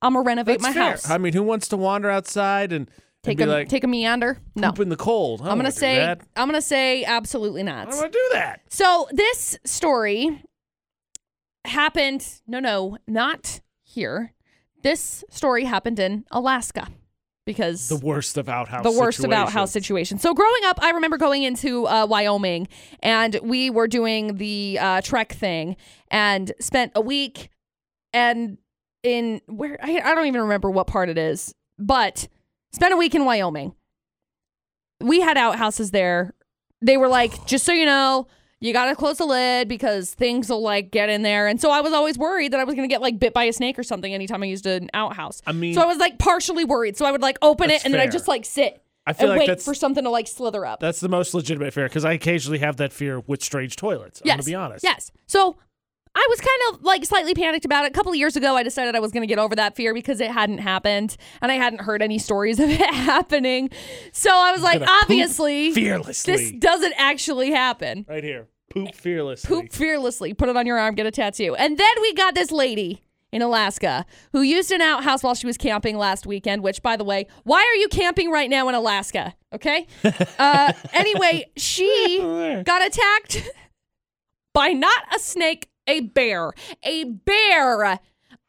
Speaker 2: I'm gonna renovate
Speaker 1: That's
Speaker 2: my
Speaker 1: fair.
Speaker 2: house.
Speaker 1: I mean, who wants to wander outside and, and
Speaker 2: take
Speaker 1: be
Speaker 2: a
Speaker 1: like,
Speaker 2: take a meander. No,
Speaker 1: poop in the cold? I don't
Speaker 2: I'm
Speaker 1: wanna
Speaker 2: gonna
Speaker 1: do
Speaker 2: say
Speaker 1: that.
Speaker 2: I'm gonna say absolutely
Speaker 1: I
Speaker 2: not.
Speaker 1: don't want to do that.
Speaker 2: So this story happened. No, no, not here. This story happened in Alaska because
Speaker 1: The worst of outhouse.
Speaker 2: the worst
Speaker 1: situations.
Speaker 2: about house situation. So growing up, I remember going into uh, Wyoming and we were doing the uh, trek thing and spent a week and in where I, I don't even remember what part it is, but spent a week in Wyoming. We had outhouses there. They were
Speaker 1: (sighs)
Speaker 2: like, just so you know, you gotta close the lid because things will like get in there. And so I was always worried that I was gonna get like bit by a snake or something anytime I used an outhouse.
Speaker 1: I mean,
Speaker 2: So I was like partially worried. So I would like open
Speaker 1: That's
Speaker 2: it and then I
Speaker 1: fair.
Speaker 2: just like sit
Speaker 1: I feel
Speaker 2: and
Speaker 1: like
Speaker 2: wait
Speaker 1: that's
Speaker 2: for something to like slither up.
Speaker 1: That's the most legitimate fear because I occasionally have that fear with strange toilets. I'm
Speaker 2: yes.
Speaker 1: gonna be honest.
Speaker 2: Yes. So I was kind of like slightly panicked about it. A couple of years ago, I decided I was going to get over that fear because it hadn't happened and I hadn't heard any stories (laughs) of it happening. So I was like,
Speaker 1: Gonna (laughs) poop
Speaker 2: obviously,
Speaker 1: fearlessly.
Speaker 2: this doesn't actually happen.
Speaker 1: right here, poop fearlessly. (laughs)
Speaker 2: poop fearlessly, put it on your arm, get a tattoo. And then we got this lady in Alaska who used an outhouse while she was camping last weekend, which, by the way, why are you camping right now in Alaska? Okay. Uh, anyway,
Speaker 1: (laughs)
Speaker 2: she got attacked (laughs) by not a snake, a bear. A bear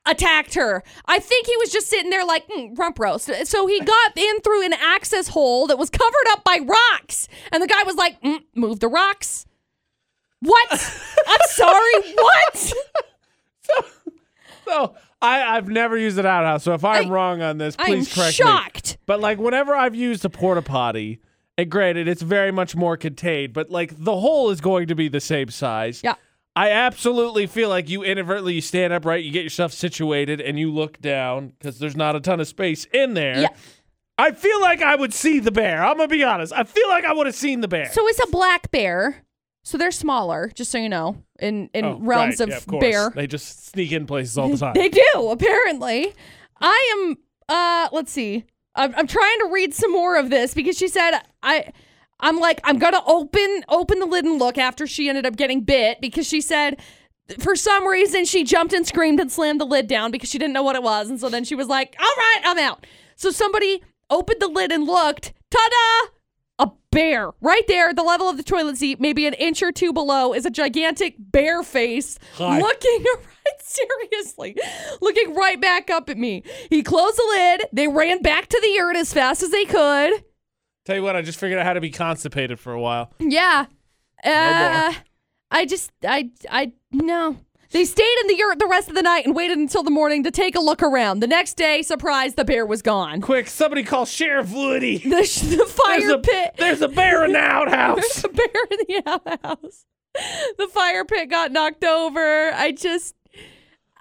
Speaker 2: attacked her. I think he was just sitting there like, mm, rump roast. So he got in through an access hole that was covered up by rocks. And the guy was like, mm, move the rocks. What? I'm sorry,
Speaker 1: (laughs)
Speaker 2: what?
Speaker 1: So Oh, I, I've never used an outhouse. So if I'm
Speaker 2: I-
Speaker 1: wrong on this,
Speaker 2: I'm
Speaker 1: please correct me.
Speaker 2: shocked.
Speaker 1: But like whenever I've used a porta potty, and granted it's very much more contained, but like the hole is going to be the same size.
Speaker 2: Yeah.
Speaker 1: I absolutely feel like you inadvertently you stand upright, you get yourself situated, and you look down because there's not a ton of space in there.
Speaker 2: Yeah.
Speaker 1: I feel like I would see the bear. I'm gonna be honest. I feel like I would have seen the bear.
Speaker 2: So it's a black bear. So they're smaller, just so you know, in, in
Speaker 1: Oh,
Speaker 2: realms
Speaker 1: right.
Speaker 2: of,
Speaker 1: Yeah, course.
Speaker 2: bear.
Speaker 1: They just sneak in places all the
Speaker 2: (laughs)
Speaker 1: time.
Speaker 2: They do, apparently. I am uh let's see. I'm, I'm trying to read some more of this because she said I I'm like I'm going to open open the lid and look after she ended up getting bit because she said for some reason she jumped and screamed and slammed the lid down because she didn't know what it was and so then she was like, "All right, I'm out." So somebody opened the lid and looked. Ta-da! A bear right there, the level of the toilet seat, maybe an inch or two below, is a gigantic bear face
Speaker 1: Hi.
Speaker 2: looking (laughs) right seriously, looking right back up at me. He closed the lid. They ran back to the yurt as fast as they could.
Speaker 1: Tell you what, I just figured out how to be constipated for a while.
Speaker 2: Yeah.
Speaker 1: No
Speaker 2: Uh, I just, I, I, no. They stayed in the yurt the rest of the night and waited until the morning to take a look around. The next day, surprise, the bear was gone.
Speaker 1: Quick, somebody call Sheriff Woody. (laughs)
Speaker 2: The, sh- the
Speaker 1: There's
Speaker 2: fire
Speaker 1: a,
Speaker 2: pit.
Speaker 1: there's a bear
Speaker 2: (laughs)
Speaker 1: in the outhouse.
Speaker 2: There's a bear in the outhouse. The fire pit got knocked over. I just,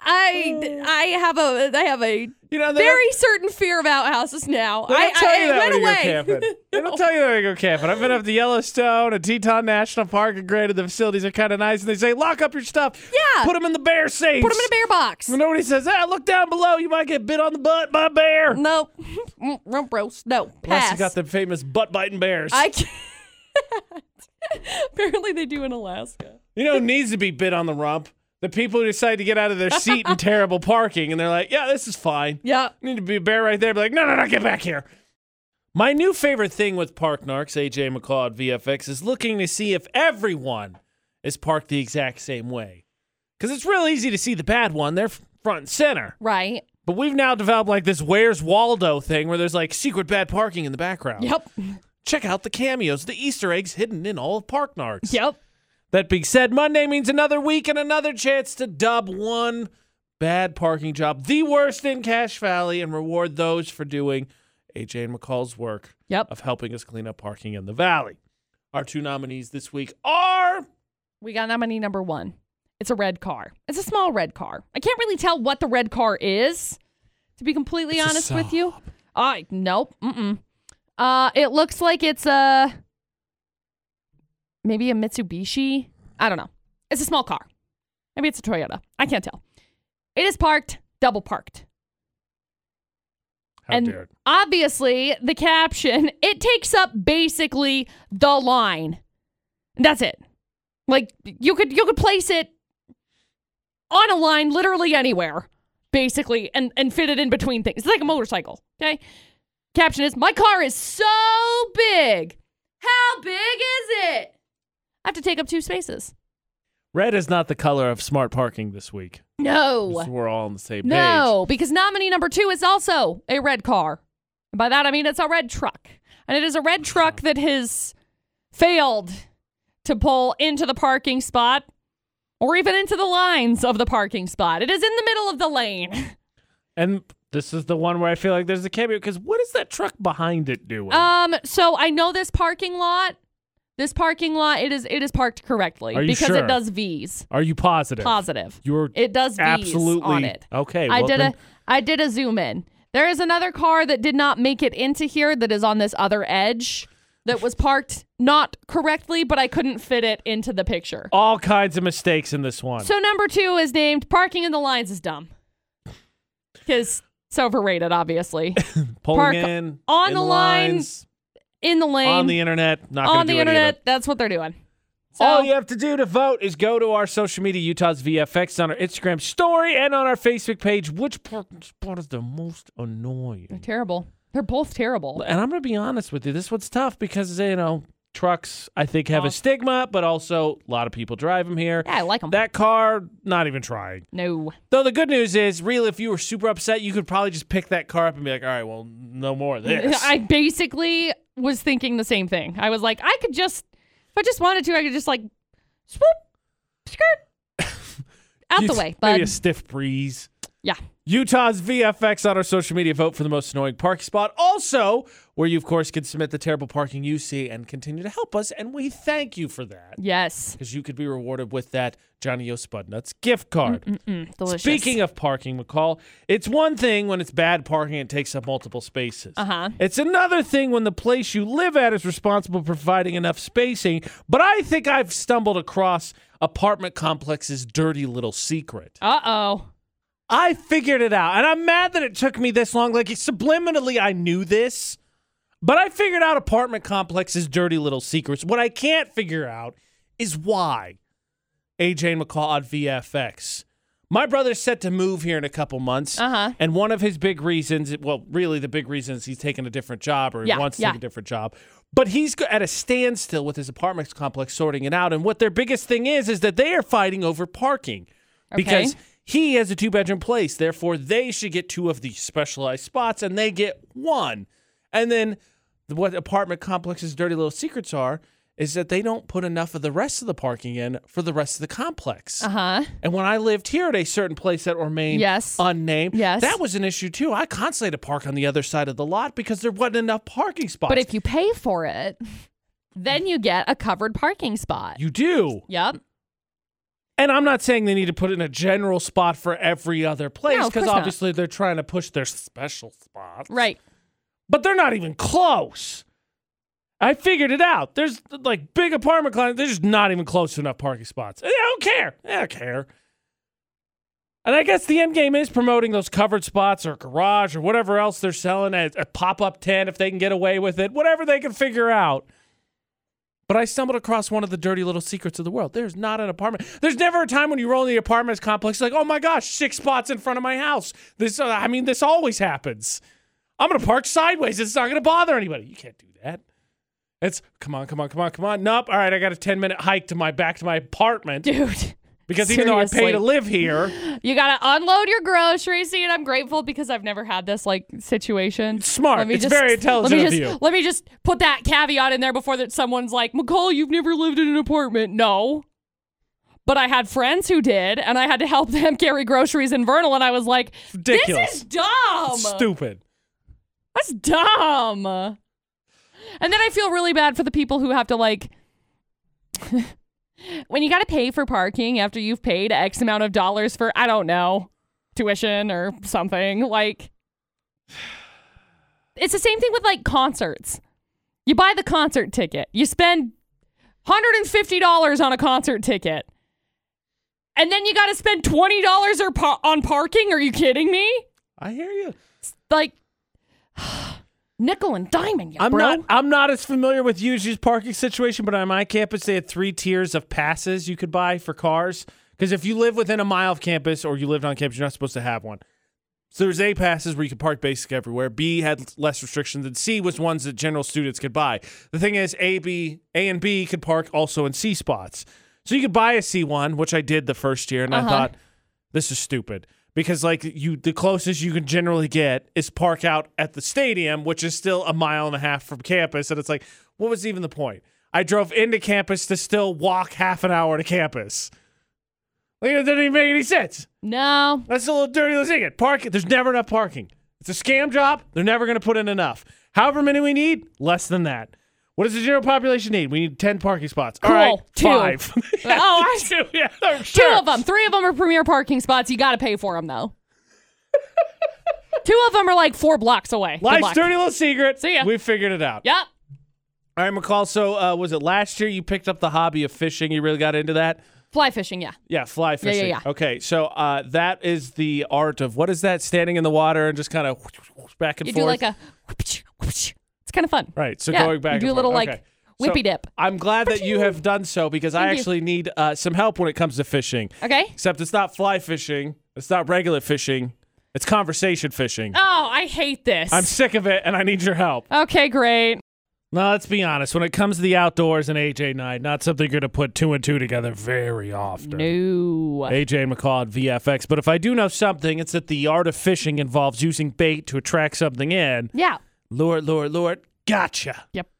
Speaker 1: Oh.
Speaker 2: I, I have a, I have a
Speaker 1: You know, they don't-
Speaker 2: very certain fear of outhouses now.
Speaker 1: They
Speaker 2: I,
Speaker 1: don't tell
Speaker 2: I,
Speaker 1: you
Speaker 2: it
Speaker 1: that
Speaker 2: went
Speaker 1: when
Speaker 2: away.
Speaker 1: you go camping. They don't tell you that when you go camping. I've been up to Yellowstone and Teton National Park, and granted, the facilities are kind of nice, and they say, lock up your stuff.
Speaker 2: (laughs) Yeah.
Speaker 1: Put them in the bear safe.
Speaker 2: Put them in a bear box.
Speaker 1: Nobody says, ah, look down below. You might get bit on the butt by a bear.
Speaker 2: No, (laughs) Mm, rump roast. No,
Speaker 1: Unless
Speaker 2: pass.
Speaker 1: you got the
Speaker 2: (laughs)
Speaker 1: famous butt biting bears.
Speaker 2: I can't. Apparently, they do in Alaska.
Speaker 1: You
Speaker 2: (laughs)
Speaker 1: know, who needs to be bit on the rump. The people who decide to get out of their seat
Speaker 2: (laughs)
Speaker 1: in terrible parking, and they're like, "Yeah, this is fine."
Speaker 2: Yeah.
Speaker 1: Need to be a bear right there. Be like, "No, no, no, get back here." My new favorite thing with park narcs, AJ McCall at VFX, is looking to see if everyone is parked the exact same way, because it's real easy to see the bad one. They're f- front and center.
Speaker 2: Right.
Speaker 1: But we've now developed like this "Where's Waldo" thing, where there's like secret bad parking in the background.
Speaker 2: Yep.
Speaker 1: Check out the cameos, the Easter eggs hidden in all of Park Narcs.
Speaker 2: Yep.
Speaker 1: That being said, Monday means another week and another chance to dub one bad parking job the worst in Cash Valley and reward those for doing AJ and McCall's work
Speaker 2: Yep.
Speaker 1: of helping us clean up parking in the valley. Our two nominees this week are
Speaker 2: We got nominee number one. It's a red car. It's a small red car. I can't really tell what the red car is, to be completely
Speaker 1: It's a
Speaker 2: honest with you. I nope. Mm-mm. Uh, it looks like it's a maybe a Mitsubishi. I don't know. It's a small car. Maybe it's a Toyota. I can't tell. It is parked, double parked.
Speaker 1: How
Speaker 2: and
Speaker 1: dare it.
Speaker 2: obviously, the caption (laughs) it takes up basically the line. That's it. Like you could you could place it on a line literally anywhere, basically, and and fit it in between things. It's like a motorcycle. Okay. Caption is my car is so big. How big is it? I have to take up two spaces.
Speaker 1: Red is not the color of smart parking this week.
Speaker 2: No.
Speaker 1: So we're all on the same
Speaker 2: No, because nominee number two is also a red car. And by that, I mean it's a red truck. And it is a red truck that has failed to pull into the parking spot or even into the lines of the parking spot. It is in the middle of the lane.
Speaker 1: page. And this is the one where I feel like there's a cameo because what is that truck behind it doing?
Speaker 2: Um, so I know this parking lot. This parking lot, it is it is parked correctly
Speaker 1: Are you
Speaker 2: because
Speaker 1: sure?
Speaker 2: it does V's.
Speaker 1: Are you positive?
Speaker 2: Positive.
Speaker 1: You're
Speaker 2: It does V's
Speaker 1: absolutely
Speaker 2: on it.
Speaker 1: Okay,
Speaker 2: I
Speaker 1: well
Speaker 2: did
Speaker 1: then-
Speaker 2: a I did a zoom in. There is another car that did not make it into here that is on this other edge that was parked not correctly, but I couldn't fit it into the picture.
Speaker 1: all kinds of mistakes in this one.
Speaker 2: So number two is named "Parking in the Lines is Dumb" because it's
Speaker 1: (laughs)
Speaker 2: overrated, obviously.
Speaker 1: Pulling
Speaker 2: park
Speaker 1: in
Speaker 2: on
Speaker 1: in
Speaker 2: the line,
Speaker 1: lines,
Speaker 2: In the lane,
Speaker 1: on the internet, not
Speaker 2: on
Speaker 1: gonna do
Speaker 2: the
Speaker 1: any of
Speaker 2: internet,
Speaker 1: it.
Speaker 2: that's what they're doing. So
Speaker 1: All you have to do to vote is go to our social media, Utah's VFX, on our Instagram story and on our Facebook page. Which part, part is the most
Speaker 2: they're
Speaker 1: annoying?
Speaker 2: terrible. They're both terrible.
Speaker 1: And I'm gonna be honest with you, this one's tough because you know trucks I think have a stigma, but also a lot of people drive them here.
Speaker 2: Yeah, I like them.
Speaker 1: That car, not even trying.
Speaker 2: no,
Speaker 1: Though the good news is, real, if you were super upset, you could probably just pick that car up and be like, all right, well, no more of
Speaker 2: (laughs)
Speaker 1: this.
Speaker 2: I basically was thinking the same thing. I was like, I could just, if I just wanted to, I could just like swoop, skirt,
Speaker 1: (laughs)
Speaker 2: out the way. But
Speaker 1: Maybe a stiff breeze.
Speaker 2: yeah,
Speaker 1: Utah's VFX on our social media vote for the most annoying parking spot. Also, where you, of course, can submit the terrible parking you see and continue to help us. And we thank you for that
Speaker 2: yes,
Speaker 1: because you could be rewarded with that Johnny O. Spudnuts gift card.
Speaker 2: Mm, delicious.
Speaker 1: Speaking of parking, McCall, it's one thing when it's bad parking and it takes up multiple spaces.
Speaker 2: Uh-huh.
Speaker 1: It's another thing when the place you live at is responsible for providing enough spacing. But I think I've stumbled across apartment complex's dirty little secret.
Speaker 2: uh oh,
Speaker 1: I figured it out, and I'm mad that it took me this long. Like subliminally, I knew this, but I figured out apartment complex's dirty little secrets. What I can't figure out is why. AJ and McCall on VFX. My brother's set to move here in a couple months,
Speaker 2: Uh-huh.
Speaker 1: and one of his big reasons, well, really the big reason is he's taking a different job or he
Speaker 2: Yeah,
Speaker 1: wants to
Speaker 2: yeah.
Speaker 1: take a different job. But he's go- at a standstill with his apartment complex sorting it out, and what their biggest thing is is that they are fighting over parking because
Speaker 2: Okay.
Speaker 1: he has a two bedroom place. Therefore, they should get two of the specialized spots and they get one. And then the- what apartment complex's dirty little secrets are is that they don't put enough of the rest of the parking in for the rest of the complex.
Speaker 2: uh huh,
Speaker 1: And when I lived here at a certain place that remained
Speaker 2: Yes.
Speaker 1: unnamed,
Speaker 2: Yes.
Speaker 1: that was an issue too. I constantly had to park on the other side of the lot because there wasn't enough parking spots.
Speaker 2: but if you pay for it, then you get a covered parking spot.
Speaker 1: you do.
Speaker 2: yep,
Speaker 1: And I'm not saying they need to put it in a general spot for every other place
Speaker 2: No, of
Speaker 1: because
Speaker 2: course not.
Speaker 1: obviously they're trying to push their special spots.
Speaker 2: right. (laughs)
Speaker 1: but they're not even close. I figured it out. There's like big apartment clients. They're just not even close to enough parking spots. I don't care. I don't care. And I guess the end game is promoting those covered spots or garage or whatever else they're selling at a pop up tent if they can get away with it, whatever they can figure out. But I stumbled across one of the dirty little secrets of the world. There's not an apartment. There's never a time when you roll in the apartment complex like, oh my gosh, six spots in front of my house. This, uh, I mean, this always happens. I'm gonna park sideways. It's not gonna bother anybody. You can't do that. It's come on, come on, come on, come on. Nope. All right, I got a 10 minute hike to my back to my apartment
Speaker 2: Dude.
Speaker 1: because even though I pay to
Speaker 2: seriously.
Speaker 1: live here,
Speaker 2: You gotta unload your groceries, and I'm grateful because I've never had this like situation.
Speaker 1: smart. It's very intelligent
Speaker 2: (laughs) let me
Speaker 1: of
Speaker 2: just,
Speaker 1: you.
Speaker 2: Let me just put that caveat in there before that someone's like, McCall, you've never lived in an apartment. No. But I had friends who did, and I had to help (laughs) them carry groceries in Vernal, and I was like,
Speaker 1: Ridiculous.
Speaker 2: this is dumb.
Speaker 1: Stupid.
Speaker 2: That's dumb. And then I feel really bad for the people who have to like (laughs) when you got to pay for parking after you've paid X amount of dollars for I don't know tuition or something like. It's the same thing with like concerts. You buy the concert ticket. You spend $150 on a concert ticket. And then you got to spend $20 or pa- on parking. Are you kidding me?
Speaker 1: I hear you.
Speaker 2: like (sighs) nickel and diamond, you
Speaker 1: I'm
Speaker 2: bro.
Speaker 1: not. I'm not as familiar with UG's parking situation, but on my campus, they had three tiers of passes you could buy for cars. Because if you live within a mile of campus or you lived on campus, you're not supposed to have one. So there's A passes where you could park basic everywhere. B had l- less restrictions, and C was ones that general students could buy. The thing is, A, B, A and B could park also in C spots. So you could buy a C one, which I did the first year, and I
Speaker 2: Uh-huh.
Speaker 1: thought this is stupid because like you, the closest you can generally get is park out at the stadium, which is still a mile and a half from campus, and it's like, what was even the point? I drove into campus to still walk half an hour to campus. Like it didn't even make any sense.
Speaker 2: no,
Speaker 1: That's a little dirty little secret. Park There's never enough parking. It's a scam job. They're never going to put in enough. However many we need, less than that. What does the general population need? We need 10 parking spots. All
Speaker 2: Cool.
Speaker 1: right,
Speaker 2: Two.
Speaker 1: five. Yeah,
Speaker 2: (laughs) Oh,
Speaker 1: (laughs)
Speaker 2: I-
Speaker 1: two. Yeah, I'm
Speaker 2: two
Speaker 1: sure.
Speaker 2: of them, three of them are premier parking spots. You got to pay for them though. two of them are like four blocks away. Good
Speaker 1: Life's
Speaker 2: luck.
Speaker 1: dirty little secret.
Speaker 2: See ya.
Speaker 1: We figured it out.
Speaker 2: Yep.
Speaker 1: All right, McCall. So, uh, was it last year you picked up the hobby of fishing? You really got into that?
Speaker 2: Fly fishing, yeah.
Speaker 1: Yeah, fly
Speaker 2: yeah,
Speaker 1: fishing.
Speaker 2: yeah.
Speaker 1: Okay, so uh, that is the art of what is that? Standing in the water and just kind of back and
Speaker 2: You
Speaker 1: forth.
Speaker 2: do like a whoopsh, whoopsh. It's kind of fun.
Speaker 1: Right. So
Speaker 2: Yeah,
Speaker 1: going back,
Speaker 2: you do
Speaker 1: and
Speaker 2: a little,
Speaker 1: forth.
Speaker 2: like,
Speaker 1: Okay.
Speaker 2: whippy
Speaker 1: So
Speaker 2: dip.
Speaker 1: I'm glad that you have done so because I
Speaker 2: Thank you.
Speaker 1: actually need uh, some help when it comes to fishing.
Speaker 2: Okay.
Speaker 1: Except it's not fly fishing. It's not regular fishing. It's conversation fishing.
Speaker 2: Oh, I hate this.
Speaker 1: I'm sick of it, and I need your help.
Speaker 2: okay, great.
Speaker 1: Now let's be honest. When it comes to the outdoors and AJ night, not something you're going to put two and two together very often.
Speaker 2: No.
Speaker 1: AJ and McCall at VFX. But if I do know something, it's that the art of fishing involves using bait to attract something in.
Speaker 2: Yeah.
Speaker 1: Lord, Lord, Lord, gotcha.
Speaker 2: Yep.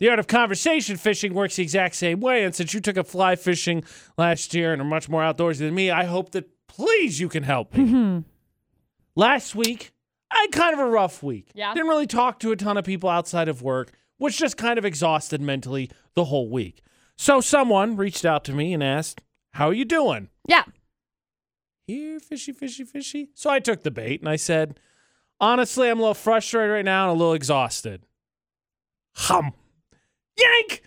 Speaker 1: The art of conversation fishing works the exact same way. And since you took up fly fishing last year and are much more outdoorsy than me, I hope that please you can help
Speaker 2: (laughs)
Speaker 1: me.
Speaker 2: Mm-hmm.
Speaker 1: Last week, I had kind of a rough week.
Speaker 2: Yeah.
Speaker 1: Didn't really talk to a ton of people outside of work, was just kind of exhausted mentally the whole week. So someone reached out to me and asked, How are you doing?
Speaker 2: Yeah.
Speaker 1: here, fishy, fishy, fishy. So I took the bait and I said, honestly, I'm a little frustrated right now and a little exhausted. Hum. Yank.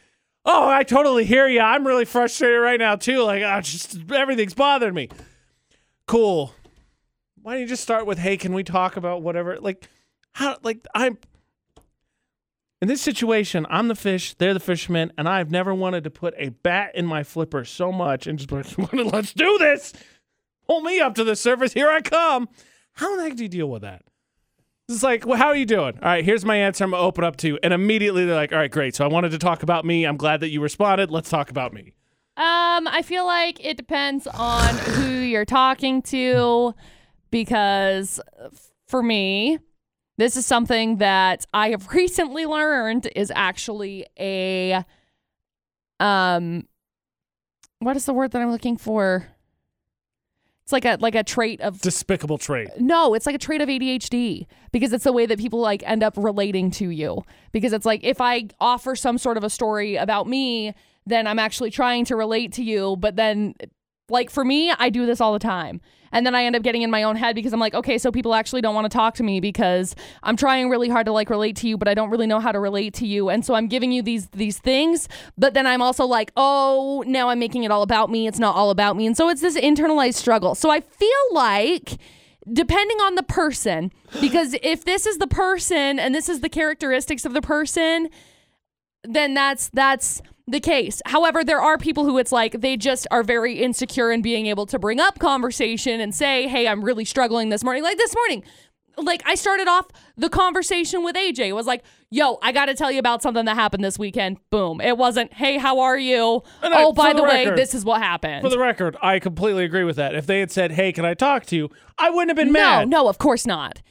Speaker 1: Oh, I totally hear you. I'm really frustrated right now too. Like, I just everything's bothering me. Cool. Why don't you just start with, hey, can we talk about whatever? Like, how? Like, I'm in this situation. I'm the fish. They're the fishermen, and I've never wanted to put a bat in my flipper so much and just be like, (laughs) let's do this pull me up to the surface. Here I come. How the heck do you deal with that? It's like, well, how are you doing? All right, here's my answer. I'm gonna open up to you, and immediately they're like, all right, great. So I wanted to talk about me. I'm glad that you responded. Let's talk about me.
Speaker 2: Um, I feel like it depends on who you're talking to because uh, for me, this is something that I have (laughs) recently learned is actually a um what is the word that I'm looking for? It's like a like a trait of
Speaker 1: Despicable trait.
Speaker 2: no, it's like a trait of ADHD because it's the way that people like end up relating to you. Because it's like if I offer some sort of a story about me, then I'm actually trying to relate to you. But then, like for me, I do this all the time. And then I end up getting in my own head because I'm like, okay, so people actually don't want to talk to me because I'm trying really hard to like relate to you, but I don't really know how to relate to you. And so I'm giving you these these things, but then I'm also like, oh, now I'm making it all about me. It's not all about me. And so it's this internalized struggle. So I feel like depending on the person because if this is the person and this is the characteristics of the person then that's that's the case. However, there are people who it's like they just are very insecure in being able to bring up conversation and say, "Hey, I'm really struggling this morning." Like this morning, like I started off the conversation with AJ It was like, "Yo, I got to tell you about something that happened this weekend." Boom. It wasn't, "Hey, how are you?"
Speaker 1: And I-
Speaker 2: oh,
Speaker 1: for
Speaker 2: by
Speaker 1: the
Speaker 2: the, way,
Speaker 1: record-
Speaker 2: this is what happened.
Speaker 1: For the record, I completely agree with that. If they had said, "Hey, can I talk to you?" I wouldn't have been
Speaker 2: no,
Speaker 1: mad.
Speaker 2: no, of course not.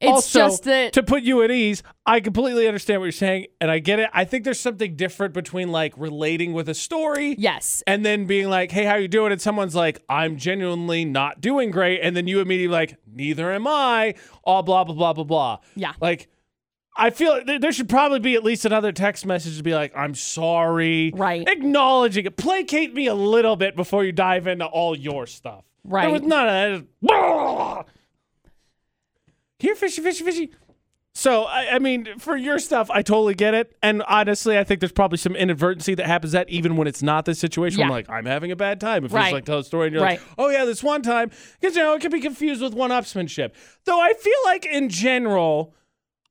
Speaker 2: It's
Speaker 1: also,
Speaker 2: just that
Speaker 1: to put you at ease, I completely understand what you're saying, and I get it. I think there's something different between like relating with a story,
Speaker 2: yes.
Speaker 1: and then being like, "Hey, how you doing?" and someone's like, "I'm genuinely not doing great," and then you immediately like, "Neither am I." All blah blah blah blah blah.
Speaker 2: Yeah.
Speaker 1: Like, I feel th- there should probably be at least another text message to be like, "I'm sorry,"
Speaker 2: Right.
Speaker 1: Acknowledging it, placate me a little bit before you dive into all your stuff.
Speaker 2: Right.
Speaker 1: There was none of that. Just- Here, fishy, fishy, fishy. So I, I mean, for your stuff, I totally get it, and honestly, I think there's probably some inadvertency that happens that even when it's not this situation, I'm
Speaker 2: Yeah.
Speaker 1: like, I'm having a bad time. If you
Speaker 2: Right.
Speaker 1: just like tell a story and you're like,
Speaker 2: Right.
Speaker 1: oh yeah, this one time, because you know it can be confused with one-upsmanship. Though I feel like in general,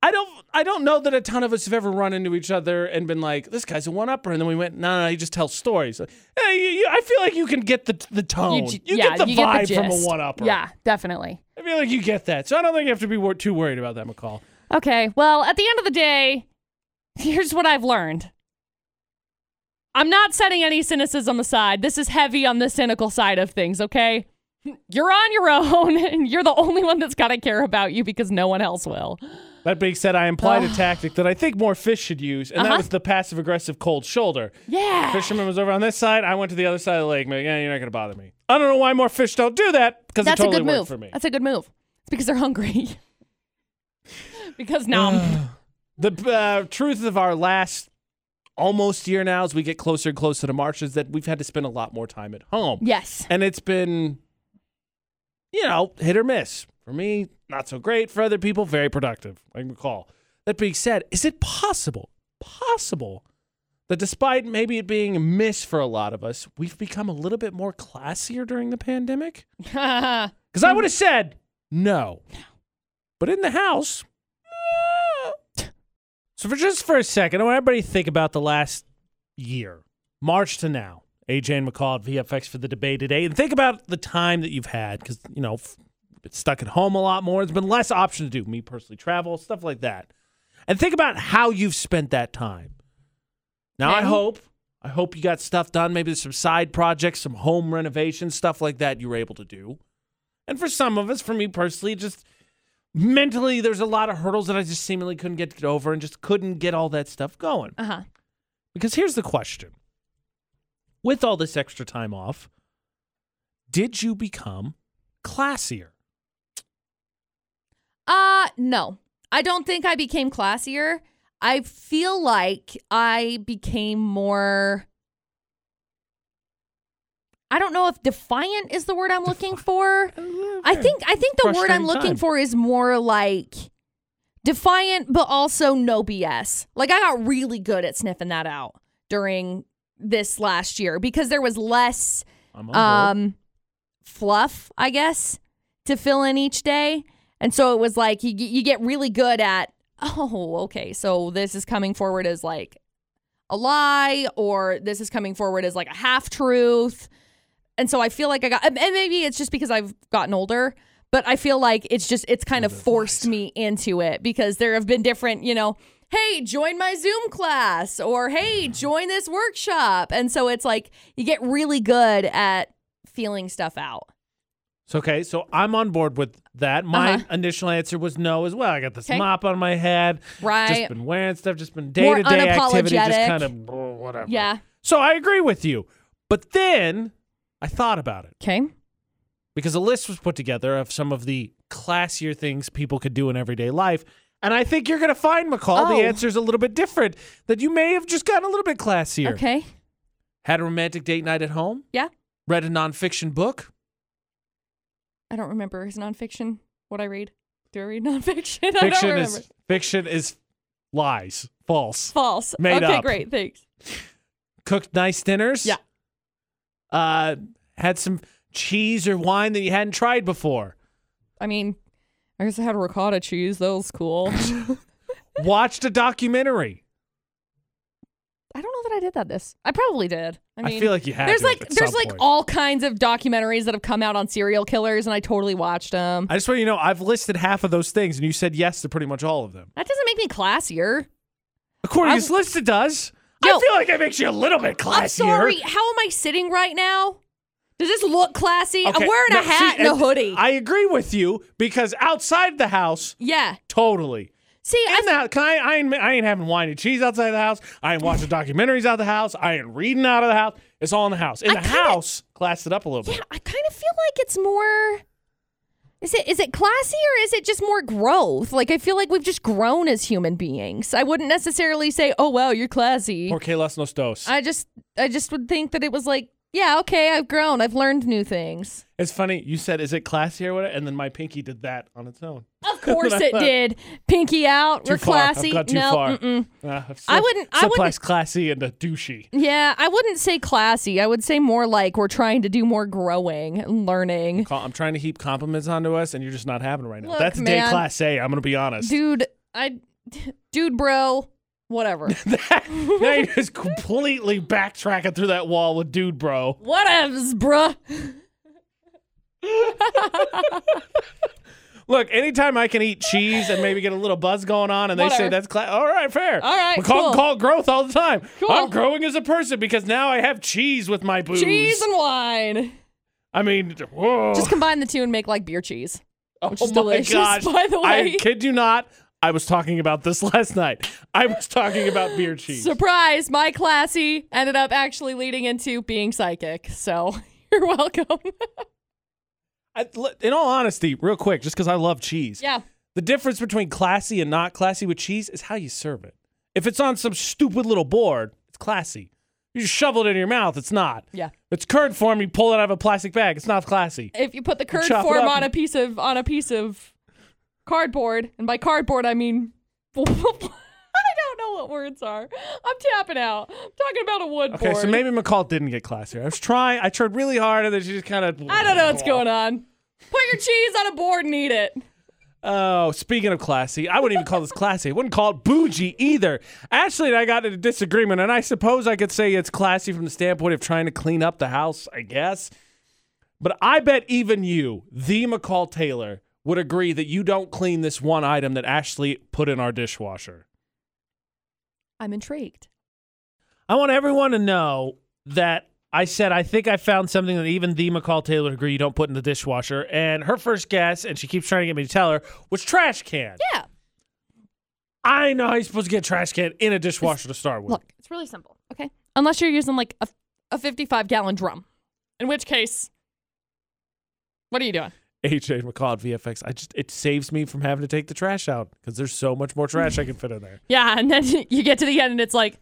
Speaker 1: I don't, I don't know that a ton of us have ever run into each other and been like, this guy's a one-upper, and then we went, no, no, no, he just tells stories. Like, hey, you- you- I feel like you can get the the tone, you,
Speaker 2: j- yeah,
Speaker 1: get the
Speaker 2: you
Speaker 1: vibe
Speaker 2: get the
Speaker 1: from a
Speaker 2: gist.
Speaker 1: one-upper.
Speaker 2: Yeah, definitely.
Speaker 1: I feel like you get that, so I don't think you have to be wor- too worried about that, McCall.
Speaker 2: Okay. Well, at the end of the day, here's what I've learned. I'm not setting any cynicism aside. This is heavy on the cynical side of things, okay? You're on your own, (laughs) and you're the only one that's got to care about you because no one else will.
Speaker 1: That being said, I implied a tactic that I think more fish should use, and that
Speaker 2: Uh-huh.
Speaker 1: was the passive aggressive cold shoulder.
Speaker 2: Yeah.
Speaker 1: Fisherman was over on this side. I went to the other side of the lake. Man, yeah, you're not gonna bother me. I don't know why more fish don't do that because it
Speaker 2: That's
Speaker 1: totally
Speaker 2: a good
Speaker 1: worked
Speaker 2: move.
Speaker 1: for me.
Speaker 2: That's a good move. It's because they're hungry. (laughs)
Speaker 1: (sighs)
Speaker 2: because now I'm
Speaker 1: The uh, truth of our last almost year now, as we get closer and closer to March, is that we've had to spend a lot more time at home.
Speaker 2: yes. (laughs)
Speaker 1: and it's been you know hit or miss for me not so great for other people very productive like mccall that being said is it possible possible that despite maybe it being a miss for a lot of us we've become a little bit more classier during the pandemic
Speaker 2: Uh-huh.
Speaker 1: because i would have said no but in the house eh. so for just for a second i want everybody to think about the last year, March to now. AJ and McCall at VFX for the debate today. And think about the time that you've had because, you know, f- been stuck at home a lot more. There's been less option to do. Me personally, travel, stuff like that. And think about how you've spent that time. Now, I
Speaker 2: Okay.
Speaker 1: hope, I hope you got stuff done. Maybe there's some side projects, some home renovations, stuff like that you were able to do. And for some of us, for me personally, just mentally, there's a lot of hurdles that I just seemingly couldn't get over and just couldn't get all that stuff going.
Speaker 2: uh huh.
Speaker 1: Because here's the question With all this extra time off, did you become classier?
Speaker 2: Uh no. I don't think I became classier. I feel like I became more I don't know if defiant is the word I'm looking for. I think I think the word I'm
Speaker 1: Frustrating
Speaker 2: looking
Speaker 1: time.
Speaker 2: for is more like defiant but also no BS. Like I got really good at sniffing that out during this last year because there was less
Speaker 1: I'm on board.
Speaker 2: um fluff, I guess, to fill in each day. And so it was like you you get really good at oh, okay, so this is coming forward as like a lie or this is coming forward as like a half truth. And so I feel like I got and and maybe it's just because I've gotten older, but I feel like it's just it's kind of forced me into it because there have been different, you know, hey, join my Zoom class or hey, join this workshop. And so it's like you get really good at feeling stuff out.
Speaker 1: So, okay, so I'm on board with that. My
Speaker 2: Uh-huh.
Speaker 1: initial answer was no as well. I got this
Speaker 2: 'Kay.
Speaker 1: mop on my head, just
Speaker 2: Right.
Speaker 1: been wearing stuff, just been day
Speaker 2: More
Speaker 1: to day activity, just
Speaker 2: unapologetic.
Speaker 1: kind of whatever.
Speaker 2: yeah.
Speaker 1: So I agree with you. But then I thought about it
Speaker 2: Okay.
Speaker 1: because a list was put together of some of the classier things people could do in everyday life. And I think you're going to find, McCall,
Speaker 2: Oh.
Speaker 1: the answer's a little bit different, that you may have just gotten a little bit classier.
Speaker 2: Okay.
Speaker 1: Had a romantic date night at home,
Speaker 2: Yeah.
Speaker 1: read a nonfiction book.
Speaker 2: I don't remember. Is nonfiction what I read? Do I read nonfiction? (laughs) (laughs) I don't
Speaker 1: Fiction
Speaker 2: remember.
Speaker 1: is fiction is lies, false.
Speaker 2: false.
Speaker 1: made
Speaker 2: okay,
Speaker 1: up.
Speaker 2: great. Thanks.
Speaker 1: Cooked nice dinners.
Speaker 2: Yeah.
Speaker 1: Uh, had some cheese or wine that you hadn't tried before.
Speaker 2: I mean, I guess I had ricotta
Speaker 1: (laughs)
Speaker 2: cheese. That was cool.
Speaker 1: Watched a documentary.
Speaker 2: I don't know that I did that this. I probably did. I
Speaker 1: I,
Speaker 2: mean,
Speaker 1: feel like you had
Speaker 2: there's
Speaker 1: to
Speaker 2: like
Speaker 1: at
Speaker 2: there's
Speaker 1: some
Speaker 2: like
Speaker 1: point.
Speaker 2: all kinds of documentaries that have come out on serial killers, and I totally watched them.
Speaker 1: (laughs) I just want you to know I've listed half of those things, and you said yes to pretty much all of them.
Speaker 2: that doesn't make me classier.
Speaker 1: According to
Speaker 2: I'm-
Speaker 1: this list, it does. I
Speaker 2: Yo.
Speaker 1: feel like it makes you a little bit classier.
Speaker 2: I'm sorry. How am I sitting right now? Does this look classy?
Speaker 1: Okay,
Speaker 2: I'm wearing
Speaker 1: no,
Speaker 2: a hat
Speaker 1: see,
Speaker 2: and a
Speaker 1: and
Speaker 2: hoodie.
Speaker 1: I agree with you because outside the house,
Speaker 2: yeah.
Speaker 1: totally.
Speaker 2: See, I
Speaker 1: In the, house- can I, I, ain't, I ain't having wine and cheese outside the house. I ain't watching documentaries out of the house. I ain't reading out of the house. It's all in the house. In
Speaker 2: I
Speaker 1: the
Speaker 2: kinda-
Speaker 1: house, class it up a little bit.
Speaker 2: Yeah, I kind of feel like it's more. Is it is it classy or is it just more growth? Like I feel like we've just grown as human beings. I wouldn't necessarily say, "Oh wow, you're classy."
Speaker 1: Porque las nos dos.
Speaker 2: I just I just would think that it was like, "Yeah, okay, I've grown. I've learned new things."
Speaker 1: it's funny. You said, is it classy or whatever? And then my pinky did that on its own.
Speaker 2: Of course
Speaker 1: (laughs)
Speaker 2: it did. Pinky out.
Speaker 1: Too
Speaker 2: we're
Speaker 1: far. I've
Speaker 2: classy.
Speaker 1: gone too
Speaker 2: no.
Speaker 1: far.
Speaker 2: Mm-mm.
Speaker 1: Uh,
Speaker 2: I wouldn't- I wouldn't-
Speaker 1: classy and a douchey.
Speaker 2: Yeah, I wouldn't say classy. I would say more like we're trying to do more growing, and learning.
Speaker 1: Call- I'm trying to heap compliments onto us, and you're just not having it right now.
Speaker 2: Look,
Speaker 1: That's day
Speaker 2: man.
Speaker 1: class A. I'm gonna be honest. (laughs)
Speaker 2: (laughs) Dude, I dude bro,
Speaker 1: (laughs)
Speaker 2: whatever.
Speaker 1: now you're just completely backtracking through that wall with dude, bro.
Speaker 2: Whatevs, bruh.
Speaker 1: Look, anytime I can eat cheese and maybe get a little buzz going on, and they say
Speaker 2: Whatever.
Speaker 1: that's class. All right, fair.
Speaker 2: All right,
Speaker 1: we call
Speaker 2: cool.
Speaker 1: call it growth all the time.
Speaker 2: Cool.
Speaker 1: I'm growing as a person because now I have cheese with my booze.
Speaker 2: Cheese and wine.
Speaker 1: I mean, whoa.
Speaker 2: Just combine the two and make like beer cheese. which
Speaker 1: oh
Speaker 2: is
Speaker 1: my
Speaker 2: delicious,
Speaker 1: gosh.
Speaker 2: by the
Speaker 1: I
Speaker 2: way.
Speaker 1: kid you not. I was talking about this (laughs) last night. I was talking about
Speaker 2: (laughs)
Speaker 1: beer cheese.
Speaker 2: Surprise, my classy ended up actually leading into being psychic. So (laughs) you're welcome.
Speaker 1: I, l- in all honesty, real quick, just because I love cheese,
Speaker 2: yeah.
Speaker 1: the difference between classy and not classy with cheese is how you serve it. If it's on some stupid little board, it's classy. You just shovel it into your mouth, it's not.
Speaker 2: Yeah.
Speaker 1: If It's curd form, you pull it out of a plastic bag, it's not classy.
Speaker 2: If you put the curd
Speaker 1: chop it
Speaker 2: form
Speaker 1: up
Speaker 2: on
Speaker 1: and-
Speaker 2: a piece of on a piece of cardboard, and by cardboard I mean (laughs) I don't know what words are. I'm tapping out. I'm talking about a wood
Speaker 1: Okay,
Speaker 2: board.
Speaker 1: so maybe McCall didn't get classier. I was trying, I tried really hard, and then she just kind of.
Speaker 2: I don't know what's going on. Put your cheese on a board and eat it.
Speaker 1: Oh, speaking of classy, I wouldn't even call this classy. I wouldn't call it bougie either. Ashley and I got in a disagreement, and I suppose I could say it's classy from the standpoint of trying to clean up the house, I guess. But I bet even you, the McCall Taylor, would agree that you don't clean this one item that Ashley put in our dishwasher.
Speaker 2: I'm intrigued.
Speaker 1: I want everyone to know that I said I think I found something that even the McCall Taylor would agree you don't put in the dishwasher. And her first guess, and she keeps trying to get me to tell her, was trash can.
Speaker 2: Yeah.
Speaker 1: I know how you're supposed to get a trash can in a dishwasher to start with.
Speaker 2: Look, it's really simple. Okay. Unless you're using like a, a 55 gallon drum, in which case, what are you doing?
Speaker 1: AJ McCall at VFX. I just it saves me from having to take the trash out because there's so much more trash I can fit in there.
Speaker 2: Yeah. And then (laughs) you get to the end and it's like,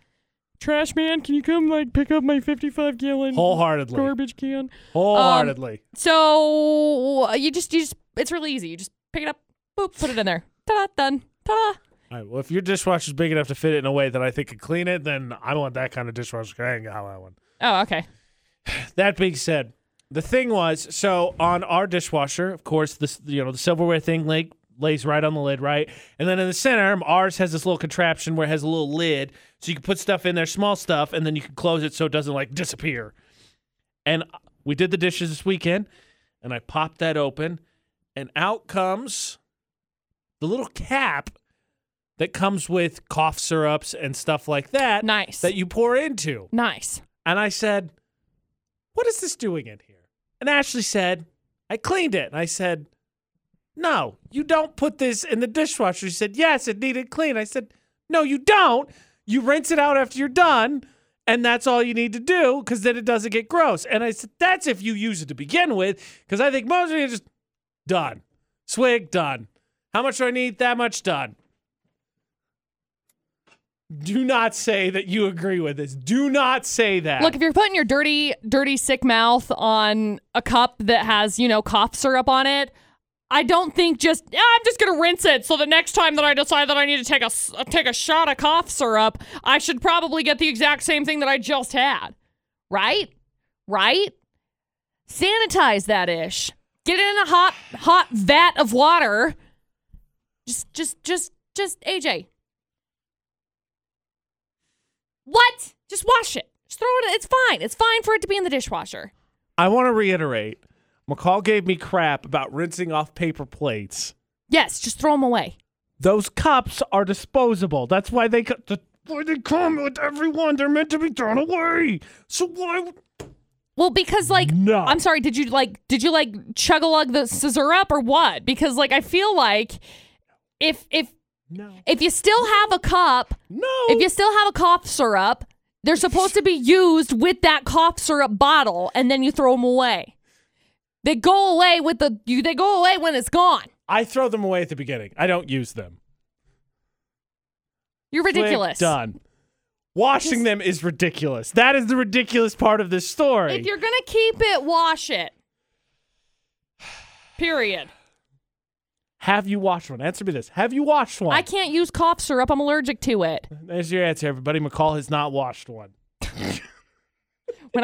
Speaker 2: trash man, can you come like pick up my 55 gallon
Speaker 1: Wholeheartedly.
Speaker 2: garbage can?
Speaker 1: Wholeheartedly.
Speaker 2: So uh, you just, you just, it's really easy. You just pick it up, boop, put it in there. Ta da, done. Ta da.
Speaker 1: All right. Well, if your dishwasher's big enough to fit it in a way that I think could clean it, then I want that kind of dishwasher. 'cause I ain't got that one.
Speaker 2: Oh, okay.
Speaker 1: That being said, the thing was so on our dishwasher, of course, this you know the silverware thing like lays right on the lid, right? And then in the center, ours has this little contraption where it has a little lid, so you can put stuff in there, small stuff, and then you can close it so it doesn't like disappear. And we did the dishes this weekend, and I popped that open, and out comes the little cap that comes with cough syrups and stuff like that
Speaker 2: Nice.
Speaker 1: that you pour into.
Speaker 2: Nice.
Speaker 1: And I said, What is this doing in here? And Ashley said, I cleaned it. And I said, No, you don't put this in the dishwasher. She said, Yes, it needed clean. I said, No, you don't. You rinse it out after you're done. And that's all you need to do because then it doesn't get gross. And I said, That's if you use it to begin with because I think most of you are just done. Swig, done. How much do I need? That much, done. Do not say that you agree with this. Do not say that.
Speaker 2: Look, if you're putting your dirty, dirty, sick mouth on a cup that has, you know, cough syrup on it, I don't think just "Ah, I'm just gonna rinse it. So the next time that I decide that I need to take a s- uh, take a shot of cough syrup, I should probably get the exact same thing that I just had, right? Right? Sanitize that ish. Get it in a hot hot vat of water. Just, just, just, just, AJ. What? Just wash it. Just throw it. It's fine. It's fine for it to be in the dishwasher.
Speaker 1: I want to reiterate McCall gave me crap about rinsing off paper plates.
Speaker 2: Yes, just throw them away.
Speaker 1: Those cups are disposable. That's why they, co- the, why they come with everyone. They're meant to be thrown away. So why? would-
Speaker 2: Well, because like
Speaker 1: No.
Speaker 2: I'm sorry, did you like did you like chug a lug the scissor up or what? Because like I feel like if if
Speaker 1: No.
Speaker 2: if you still have a cup,
Speaker 1: No.
Speaker 2: if you still have a cough syrup, they're supposed to be used with that cough syrup bottle, and then you throw them away. They go away with the you. They go away when it's gone.
Speaker 1: I throw them away at the beginning. I don't use them.
Speaker 2: You're
Speaker 1: Click,
Speaker 2: ridiculous.
Speaker 1: done. Washing
Speaker 2: Just-
Speaker 1: them is ridiculous. That is the ridiculous part of this story.
Speaker 2: If you're gonna keep it, wash it. Period.
Speaker 1: Have you watched one? Answer me this. Have you watched one?
Speaker 2: I can't use cough syrup. I'm allergic to it.
Speaker 1: There's your answer, everybody. McCall has not watched one.
Speaker 2: when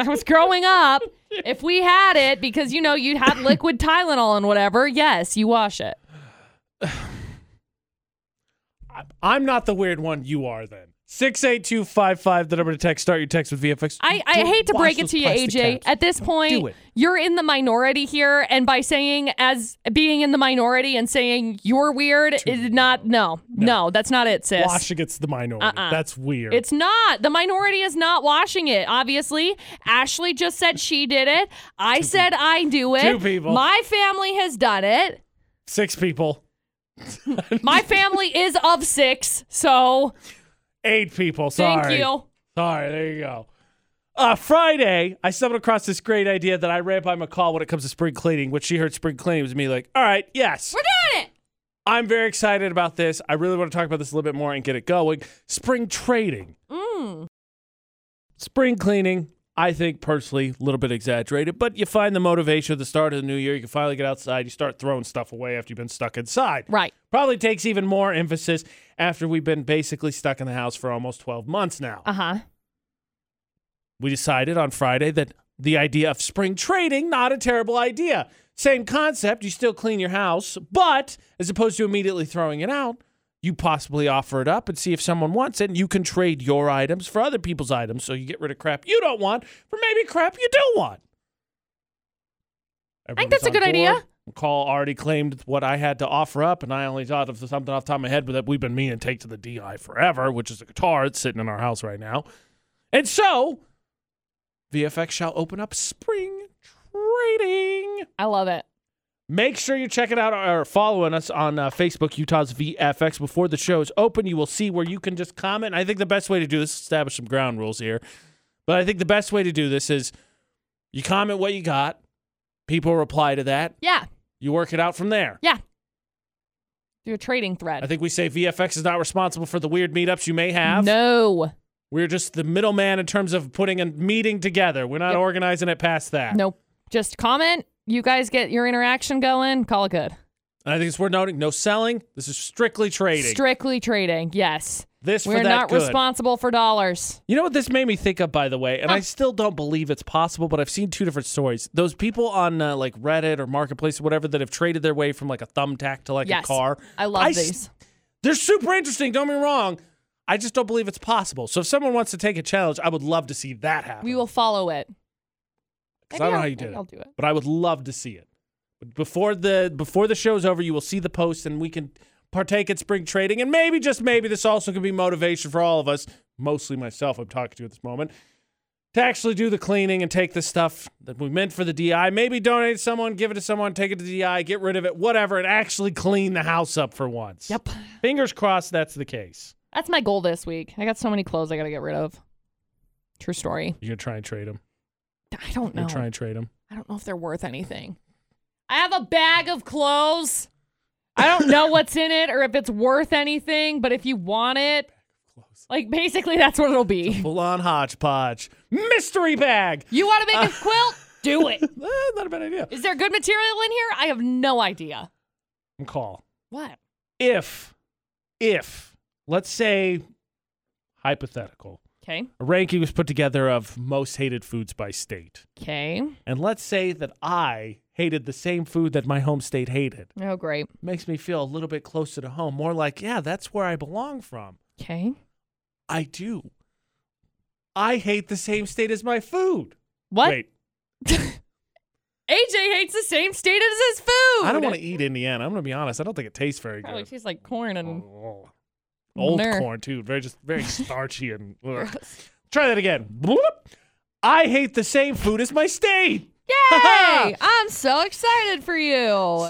Speaker 1: (laughs)
Speaker 2: I was growing up, if we had it, because you know
Speaker 1: (laughs)
Speaker 2: you had liquid Tylenol and whatever, yes, you wash it.
Speaker 1: I- I'm not the weird one. You are then. 68255, the number to text. Start your text with VFX.
Speaker 2: I, I
Speaker 1: Don't
Speaker 2: hate to
Speaker 1: wash
Speaker 2: break it
Speaker 1: those
Speaker 2: to you,
Speaker 1: plastic
Speaker 2: AJ.
Speaker 1: caps.
Speaker 2: At this
Speaker 1: do
Speaker 2: point,
Speaker 1: it.
Speaker 2: you're in the minority here, and by saying as being in the minority and saying you're weird is not no, no, that's not it, sis.
Speaker 1: Wash against the minority.
Speaker 2: Uh-uh.
Speaker 1: That's weird.
Speaker 2: It's not. The minority is not washing it, obviously. Ashley just said she did it. I said I do it.
Speaker 1: Two people.
Speaker 2: My family has done it.
Speaker 1: six people,
Speaker 2: My
Speaker 1: (laughs)
Speaker 2: family is of six, so
Speaker 1: eight people. Sorry.
Speaker 2: thank you.
Speaker 1: Sorry. There you go. Uh, Friday, I stumbled across this great idea that I ran by McCall when it comes to spring cleaning. What she heard spring cleaning was me like, all right, yes.
Speaker 2: We're doing it.
Speaker 1: I'm very excited about this. I really want to talk about this a little bit more and get it going. Spring trading.
Speaker 2: Mm.
Speaker 1: Spring cleaning, I think personally, a little bit exaggerated, but you find the motivation at the start of the new year. You can finally get outside. You start throwing stuff away after you've been stuck inside.
Speaker 2: Right.
Speaker 1: Probably takes even more emphasis after we've been basically stuck in the house for almost 12 months now.
Speaker 2: Uh huh.
Speaker 1: We decided on Friday that the idea of spring trading, not a terrible idea. Same concept, you still clean your house, but as opposed to immediately throwing it out, you possibly offer it up and see if someone wants it, and you can trade your items for other people's items. So you get rid of crap you don't want for maybe crap you do want. I
Speaker 2: think that's a good idea.
Speaker 1: Call already claimed what I had to offer up, and I only thought of something off the top of my head that we've been meaning to take to the DI forever, which is a guitar. It's sitting in our house right now. And so, VFX shall open up spring trading.
Speaker 2: I love it.
Speaker 1: Make sure you check it out or following us on uh, Facebook, Utah's VFX. Before the show is open, you will see where you can just comment. I think the best way to do this is establish some ground rules here. But I think the best way to do this is you comment what you got, people reply to that,
Speaker 2: Yeah.
Speaker 1: you work it out from there.
Speaker 2: Yeah. Do a trading thread.
Speaker 1: I think we say VFX is not responsible for the weird meetups you may have.
Speaker 2: No.
Speaker 1: We're just the middleman in terms of putting a meeting together. We're not
Speaker 2: Yep.
Speaker 1: organizing it past that.
Speaker 2: Nope. Just comment. You guys get your interaction going. Call it good.
Speaker 1: And I think it's worth noting no selling. This is strictly trading.
Speaker 2: Strictly trading. Yes.
Speaker 1: this for
Speaker 2: We're
Speaker 1: that
Speaker 2: not
Speaker 1: good.
Speaker 2: responsible for dollars.
Speaker 1: You know what this made me think of, by the way, and I
Speaker 2: Huh.
Speaker 1: still don't believe it's possible, but I've seen two different stories. Those people on uh, like Reddit or Marketplace or whatever that have traded their way from like a thumbtack to like
Speaker 2: Yes.
Speaker 1: a car.
Speaker 2: I love
Speaker 1: s-
Speaker 2: these.
Speaker 1: They're super interesting. Don't be wrong. I just don't believe it's possible. So if someone wants to take a challenge, I would love to see that happen.
Speaker 2: We will follow it.
Speaker 1: 'Cause I don't
Speaker 2: Maybe
Speaker 1: know
Speaker 2: I'll-
Speaker 1: how you did
Speaker 2: maybe
Speaker 1: it.
Speaker 2: I'll do it.
Speaker 1: but I would love to see it. But Before the before the show's over, you will see the post, and we can partake in spring trading, and maybe just maybe this also could be motivation for all of us, mostly myself. I'm talking to at this moment. To actually do the cleaning and take the stuff that we meant for the DI, maybe donate it to someone, give it to someone, take it to the DI, get rid of it, whatever, and actually clean the house up for once.
Speaker 2: Yep.
Speaker 1: Fingers crossed that's the case.
Speaker 2: That's my goal this week. I got so many clothes I got to get rid of. True story.
Speaker 1: You're gonna try and trade them.
Speaker 2: I don't
Speaker 1: You're
Speaker 2: know.
Speaker 1: gonna try and trade them.
Speaker 2: I don't know if they're worth anything. I have a bag of clothes. I don't know what's in it or if it's worth anything, but if you want it, like basically that's what it'll be.
Speaker 1: Full on hodgepodge, mystery bag.
Speaker 2: You
Speaker 1: (laughs)
Speaker 2: want to make a quilt? Do it.
Speaker 1: Eh, not a bad idea.
Speaker 2: Is there good material in here? I have no idea.
Speaker 1: Call.
Speaker 2: What?
Speaker 1: if if let's say hypothetical
Speaker 2: Okay.
Speaker 1: a ranking was put together of most hated foods by state
Speaker 2: Okay.
Speaker 1: and let's say that i hated the same food that my home state hated
Speaker 2: Oh, great.
Speaker 1: makes me feel a little bit closer to home more like yeah that's where i belong from
Speaker 2: Okay.
Speaker 1: i do I hate the same state as my food.
Speaker 2: What?
Speaker 1: Wait,
Speaker 2: AJ hates the same state as his food.
Speaker 1: I don't want to eat Indiana. I'm going to be honest. I don't think it tastes very
Speaker 2: Probably
Speaker 1: good.
Speaker 2: tastes like corn and
Speaker 1: Oh. Old
Speaker 2: Ner.
Speaker 1: corn too, very just very starchy
Speaker 2: (laughs)
Speaker 1: and. ugh. Try that again. Bloop. I hate the same food as my state.
Speaker 2: Yay!
Speaker 1: (laughs)
Speaker 2: I'm so excited for you.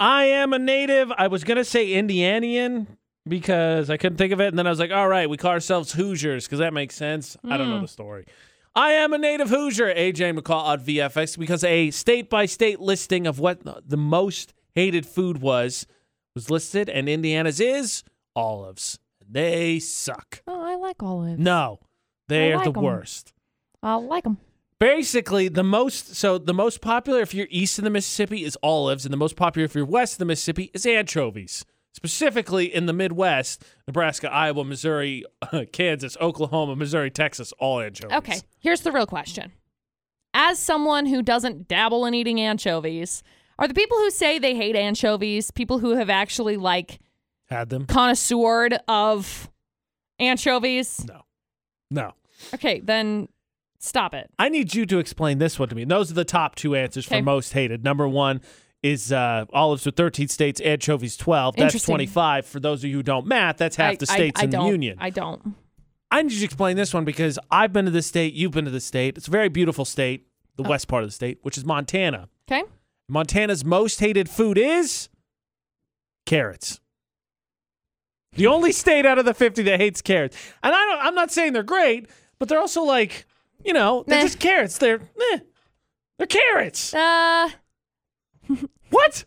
Speaker 1: I am a native. I was gonna say Indianian because I couldn't think of it, and then I was like, all right, we call ourselves Hoosiers because that makes sense. I don't know
Speaker 2: Hmm.
Speaker 1: the story. I am a native Hoosier, AJ McCall on VFX, because a state by state listing of what the most hated food was was listed, and Indiana's is olives. They suck.
Speaker 2: Oh, I like olives.
Speaker 1: No, they
Speaker 2: I
Speaker 1: are
Speaker 2: like
Speaker 1: the
Speaker 2: 'em.
Speaker 1: worst.
Speaker 2: I like them.
Speaker 1: basically the most so the most popular if you're east of the mississippi is olives and the most popular if you're west of the mississippi is anchovies specifically in the midwest nebraska iowa missouri (laughs) kansas oklahoma missouri texas all anchovies
Speaker 2: Okay, here's the real question. As someone who doesn't dabble in eating anchovies, are the people who say they hate anchovies people who have actually like
Speaker 1: had them
Speaker 2: connoisseured of anchovies?
Speaker 1: no no
Speaker 2: Okay, then stop it.
Speaker 1: i need you to explain this one to me those are the top two answers
Speaker 2: Okay.
Speaker 1: for most hated number one is uh, olives with 13 states anchovies 12 that's
Speaker 2: Interesting.
Speaker 1: 25 for those of you who don't math that's half
Speaker 2: I-
Speaker 1: the
Speaker 2: I-
Speaker 1: states
Speaker 2: I
Speaker 1: in the
Speaker 2: don't-
Speaker 1: union
Speaker 2: I don't.
Speaker 1: I need you to explain this one because I've been to this state, you've been to this state. It's a very beautiful state,
Speaker 2: Oh.
Speaker 1: the west part of the state, which is Montana.
Speaker 2: Okay.
Speaker 1: Montana's most hated food is carrots. The only state out of the 50 that hates carrots. And I don't I'm not saying they're great, but they're also like, you know, they're
Speaker 2: Meh.
Speaker 1: just carrots. They're meh. They're carrots.
Speaker 2: Uh,
Speaker 1: What?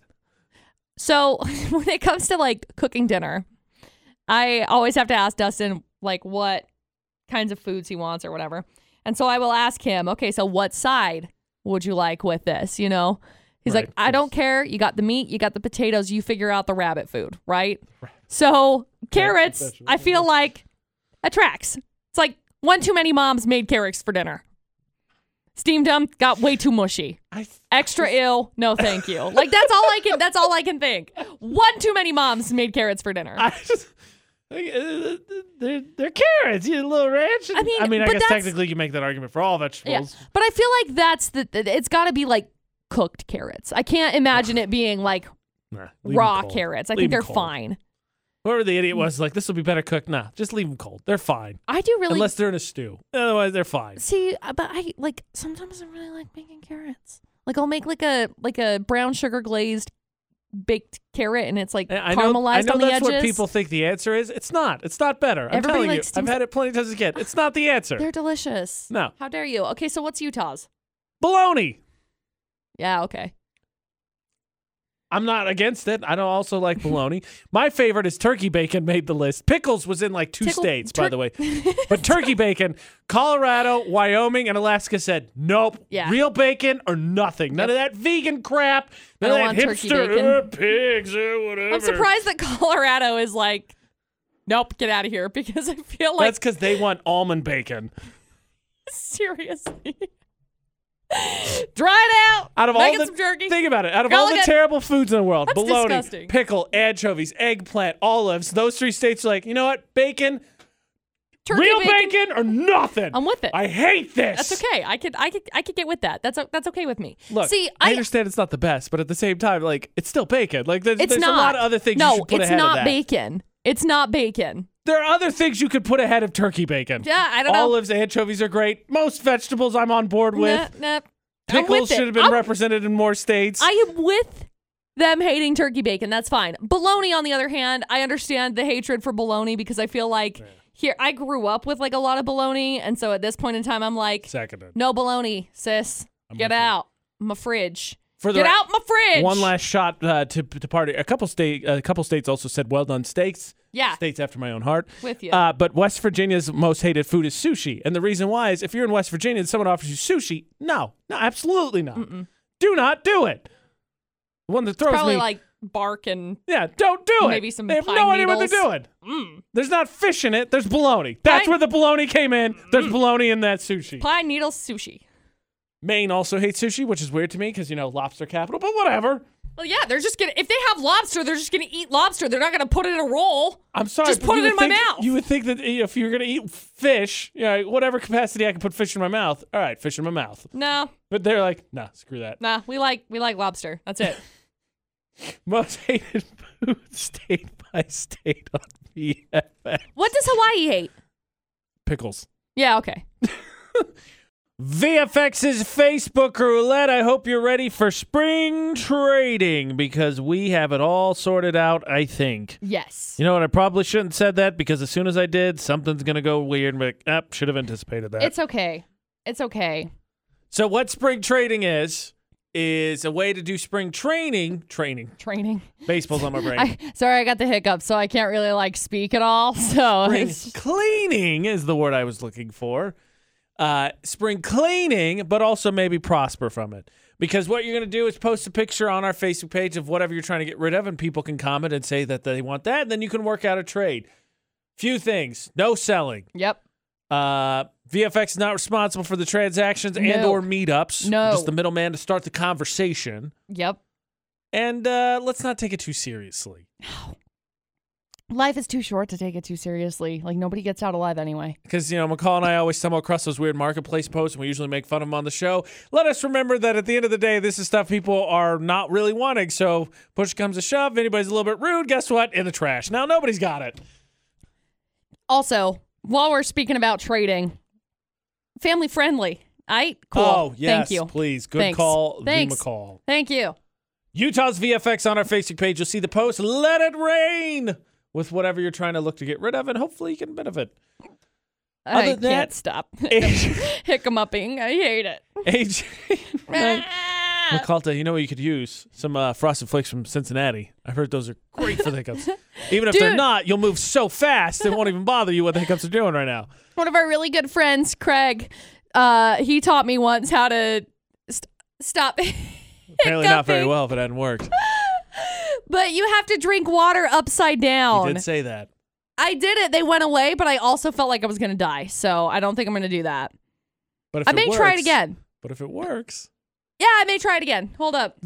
Speaker 2: so (laughs) when it comes to like cooking dinner, I always have to ask Dustin like what kinds of foods he wants or whatever. And so I will ask him, okay, so what side would you like with this? You know, he's like,
Speaker 1: Right,
Speaker 2: I don't care. You got the meat, you got the potatoes, you figure out the rabbit food, (laughs) right? So carrots, I feel like attracts. It's like one too many moms made carrots for dinner. Steamed them, got way too mushy
Speaker 1: I
Speaker 2: extra ill no thank you like that's all i can that's all i can think one too many moms made carrots for dinner
Speaker 1: I just they're, they're carrots, you little ranch.
Speaker 2: I mean,
Speaker 1: I mean, I
Speaker 2: but
Speaker 1: guess
Speaker 2: that's-
Speaker 1: technically you make that argument for all
Speaker 2: yeah
Speaker 1: vegetables.
Speaker 2: but i feel like that's the it's got to be like cooked carrots i can't imagine it being like
Speaker 1: Nah, leave 'em
Speaker 2: raw
Speaker 1: cold.
Speaker 2: carrots i
Speaker 1: Leave
Speaker 2: think
Speaker 1: 'em
Speaker 2: they're
Speaker 1: cold.
Speaker 2: fine
Speaker 1: Whoever the idiot was, like, this will be better cooked. Nah, just leave them cold. They're fine.
Speaker 2: i do really
Speaker 1: Unless they're in a stew. Otherwise, they're fine.
Speaker 2: see uh, but i like sometimes i really like making carrots like i'll make like a like a brown sugar glazed baked carrot and it's like
Speaker 1: Eh, I I know, I
Speaker 2: caramelized
Speaker 1: know
Speaker 2: on the
Speaker 1: that's
Speaker 2: edges
Speaker 1: what people think the answer is. It's not. It's not better. I'm
Speaker 2: Everybody
Speaker 1: telling you.
Speaker 2: likes
Speaker 1: I've
Speaker 2: steamed-
Speaker 1: had it plenty of times as
Speaker 2: (sighs)
Speaker 1: a kid. It's not the answer.
Speaker 2: they're delicious
Speaker 1: No.
Speaker 2: how dare you okay so what's utah's
Speaker 1: Baloney.
Speaker 2: yeah okay
Speaker 1: I'm not against it. I don't also like bologna. My favorite is turkey bacon made the list. Pickles was in like two
Speaker 2: Tickle-
Speaker 1: states, by
Speaker 2: tur-
Speaker 1: the way.
Speaker 2: (laughs)
Speaker 1: But turkey bacon, Colorado, Wyoming, and Alaska said nope.
Speaker 2: Yeah.
Speaker 1: Real bacon or nothing. None of that vegan crap. None
Speaker 2: I
Speaker 1: of
Speaker 2: don't
Speaker 1: that
Speaker 2: want turkey
Speaker 1: hipster
Speaker 2: bacon.
Speaker 1: uh, pigs or whatever.
Speaker 2: I'm surprised that (laughs) Colorado is like, nope, get out of here (laughs) because I feel like
Speaker 1: That's because they want almond bacon.
Speaker 2: seriously. (laughs) Dry it out.
Speaker 1: Out of
Speaker 2: Make
Speaker 1: all
Speaker 2: it
Speaker 1: the
Speaker 2: some jerky.
Speaker 1: think about it. Out of
Speaker 2: Go
Speaker 1: all
Speaker 2: look
Speaker 1: the
Speaker 2: at-
Speaker 1: terrible foods in the world,
Speaker 2: That's
Speaker 1: bologna,
Speaker 2: disgusting.
Speaker 1: pickle, anchovies, eggplant, olives. Those three states are like, you know what? Bacon,
Speaker 2: Turkey
Speaker 1: real bacon. or nothing.
Speaker 2: I'm with it.
Speaker 1: I hate this.
Speaker 2: That's okay. I could, I could, I could get with that. That's o- that's okay with me.
Speaker 1: Look,
Speaker 2: see,
Speaker 1: I,
Speaker 2: I,
Speaker 1: understand it's not the best, but at the same time, like it's still bacon. Like there's,
Speaker 2: it's
Speaker 1: there's
Speaker 2: not
Speaker 1: a lot of other things
Speaker 2: No,
Speaker 1: you should put
Speaker 2: it's
Speaker 1: ahead
Speaker 2: not
Speaker 1: of that.
Speaker 2: bacon. It's not bacon.
Speaker 1: There are other things you could put ahead of turkey bacon.
Speaker 2: Yeah, I don't know.
Speaker 1: Olives, anchovies are great. Most vegetables I'm on board with.
Speaker 2: Nah, nah. I'm with
Speaker 1: Pickles
Speaker 2: it.
Speaker 1: should have been
Speaker 2: I'm-
Speaker 1: represented in more states.
Speaker 2: I am with them hating turkey bacon. That's fine. Bologna, on the other hand, I understand the hatred for bologna because I feel like here I grew up with like a lot of bologna, and so at this point in time, I'm like,
Speaker 1: Seconded.
Speaker 2: no bologna, sis.
Speaker 1: with
Speaker 2: Get
Speaker 1: you.
Speaker 2: out my fridge.
Speaker 1: For the
Speaker 2: Get
Speaker 1: re-
Speaker 2: out my fridge.
Speaker 1: One last shot uh, to to party. A couple state, a couple states also said well done steaks.
Speaker 2: Yeah.
Speaker 1: states after my own heart.
Speaker 2: With you.
Speaker 1: Uh, but West Virginia's most hated food is sushi, and the reason why is if you're in West Virginia and someone offers you sushi, no, no, absolutely not. Do not do it. The one that throws
Speaker 2: Probably
Speaker 1: me,
Speaker 2: like bark and
Speaker 1: yeah, don't do it.
Speaker 2: maybe some
Speaker 1: They have
Speaker 2: pine
Speaker 1: no idea what they're
Speaker 2: needles. Mm.
Speaker 1: doing. There's not fish in it. There's bologna. That's
Speaker 2: Pine- Mm.
Speaker 1: where the bologna came in. There's bologna in that sushi.
Speaker 2: pine needle sushi.
Speaker 1: Maine also hates sushi, which is weird to me because you know lobster capital. But whatever.
Speaker 2: Well, yeah, they're just gonna if they have lobster, they're just gonna eat lobster. They're not gonna put it in a roll.
Speaker 1: I'm sorry.
Speaker 2: Just
Speaker 1: but
Speaker 2: put
Speaker 1: you
Speaker 2: it in
Speaker 1: would
Speaker 2: my
Speaker 1: think-
Speaker 2: mouth.
Speaker 1: You would think that if you're gonna eat fish, yeah, whatever capacity I can put fish in my mouth. All right, fish in my mouth.
Speaker 2: No,
Speaker 1: But they're like, nah, screw that.
Speaker 2: nah, we like we like lobster.
Speaker 1: (laughs)
Speaker 2: That's it.
Speaker 1: Most hated (laughs) food, state by state on (laughs) BFF.
Speaker 2: what does Hawaii hate?
Speaker 1: Pickles.
Speaker 2: Yeah, okay.
Speaker 1: VFX's Facebook roulette. I hope you're ready for spring trading because we have it all sorted out, I think.
Speaker 2: Yes.
Speaker 1: You know what? I probably shouldn't have said that because as soon as I did, something's going to go weird. and be Like, ah, should have anticipated that.
Speaker 2: It's okay. It's okay.
Speaker 1: so, what spring trading is, is a way to do spring training. Training.
Speaker 2: Training.
Speaker 1: Baseball's on my brain.
Speaker 2: (laughs) I sorry, I got the hiccup, so I can't really like speak at all. (laughs) So
Speaker 1: spring
Speaker 2: it's-
Speaker 1: cleaning is the word I was looking for. Uh, spring cleaning, but also maybe prosper from it. Because what you're going to do is post a picture on our Facebook page of whatever you're trying to get rid of, and people can comment and say that they want that. And then you can work out a trade. Few things: no selling.
Speaker 2: yep.
Speaker 1: Uh, VFX is not responsible for the transactions and
Speaker 2: No.
Speaker 1: or meetups.
Speaker 2: No.
Speaker 1: just the middleman to start the conversation.
Speaker 2: Yep.
Speaker 1: And uh, let's not take it too seriously.
Speaker 2: Life is too short to take it too seriously. Like nobody gets out alive anyway.
Speaker 1: because you know McCall and I always stumble across those weird marketplace posts, and we usually make fun of them on the show. Let us remember that at the end of the day, this is stuff people are not really wanting. So push comes to shove, if anybody's a little bit rude. Guess what? In the trash. Now nobody's got it.
Speaker 2: Also, while we're speaking about trading, family friendly. I cool.
Speaker 1: Oh yes,
Speaker 2: Thank you.
Speaker 1: please. Good
Speaker 2: Thanks.
Speaker 1: call,
Speaker 2: Thanks.
Speaker 1: the McCall.
Speaker 2: Thank you.
Speaker 1: Utah's VFX on our Facebook page. You'll see the post. Let it rain with whatever you're trying to look to get rid of, and hopefully you can
Speaker 2: (laughs)
Speaker 1: benefit.
Speaker 2: I
Speaker 1: Other
Speaker 2: can't
Speaker 1: than that-
Speaker 2: stop (laughs)
Speaker 1: AJ,
Speaker 2: hiccumupping. I hate
Speaker 1: (laughs)
Speaker 2: it. Ah.
Speaker 1: McCalta, you know what you could use? Some uh, frosted flakes from Cincinnati. I've heard those are great for the
Speaker 2: (laughs)
Speaker 1: hiccups. Even if they're
Speaker 2: Dude.
Speaker 1: not, you'll move so fast it won't even bother you what the hiccups are doing right now.
Speaker 2: One of our really good friends, Craig, uh, he taught me once how to st- stop. (laughs)
Speaker 1: Apparently not very
Speaker 2: Hiccuping.
Speaker 1: well if it hadn't worked.
Speaker 2: But you have to drink water upside
Speaker 1: You
Speaker 2: down.
Speaker 1: did say that.
Speaker 2: I did it. They went away, but I also felt like I was going to die. So I don't think I'm going to do that.
Speaker 1: But if
Speaker 2: I
Speaker 1: it
Speaker 2: may try it
Speaker 1: works-
Speaker 2: again.
Speaker 1: But if it works,
Speaker 2: Yeah, I may try it again. Hold
Speaker 1: (laughs)
Speaker 2: up.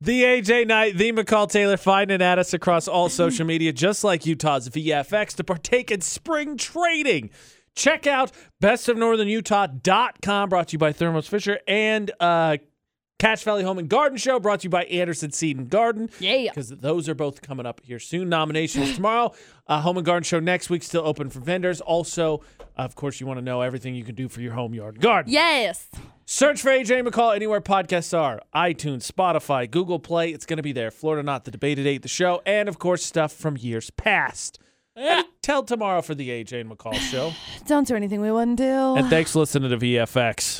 Speaker 1: the AJ Knight, the McCall Taylor, find and add us across all social media, just like Utah's VFX, to partake in spring trading. Check out bestofnorthernutah.com, brought to you by Thermos Fisher, and uh, Cash Valley Home and Garden Show, brought to you by Anderson Seed and Garden.
Speaker 2: Yeah.
Speaker 1: because those are both coming up here soon. Nominations tomorrow. Uh, home and Garden Show next week, still open for vendors. Also, of course, you want to know everything you can do for your home, yard, and garden.
Speaker 2: Yes.
Speaker 1: Search for AJ McCall anywhere podcasts are iTunes, Spotify, Google Play. It's going to be there. Florida Not, The Debated Eight, The Show, and of course, stuff from years past. Until tomorrow for the AJ and McCall Show.
Speaker 2: Don't do anything we wouldn't do.
Speaker 1: and thanks for listening to VFX.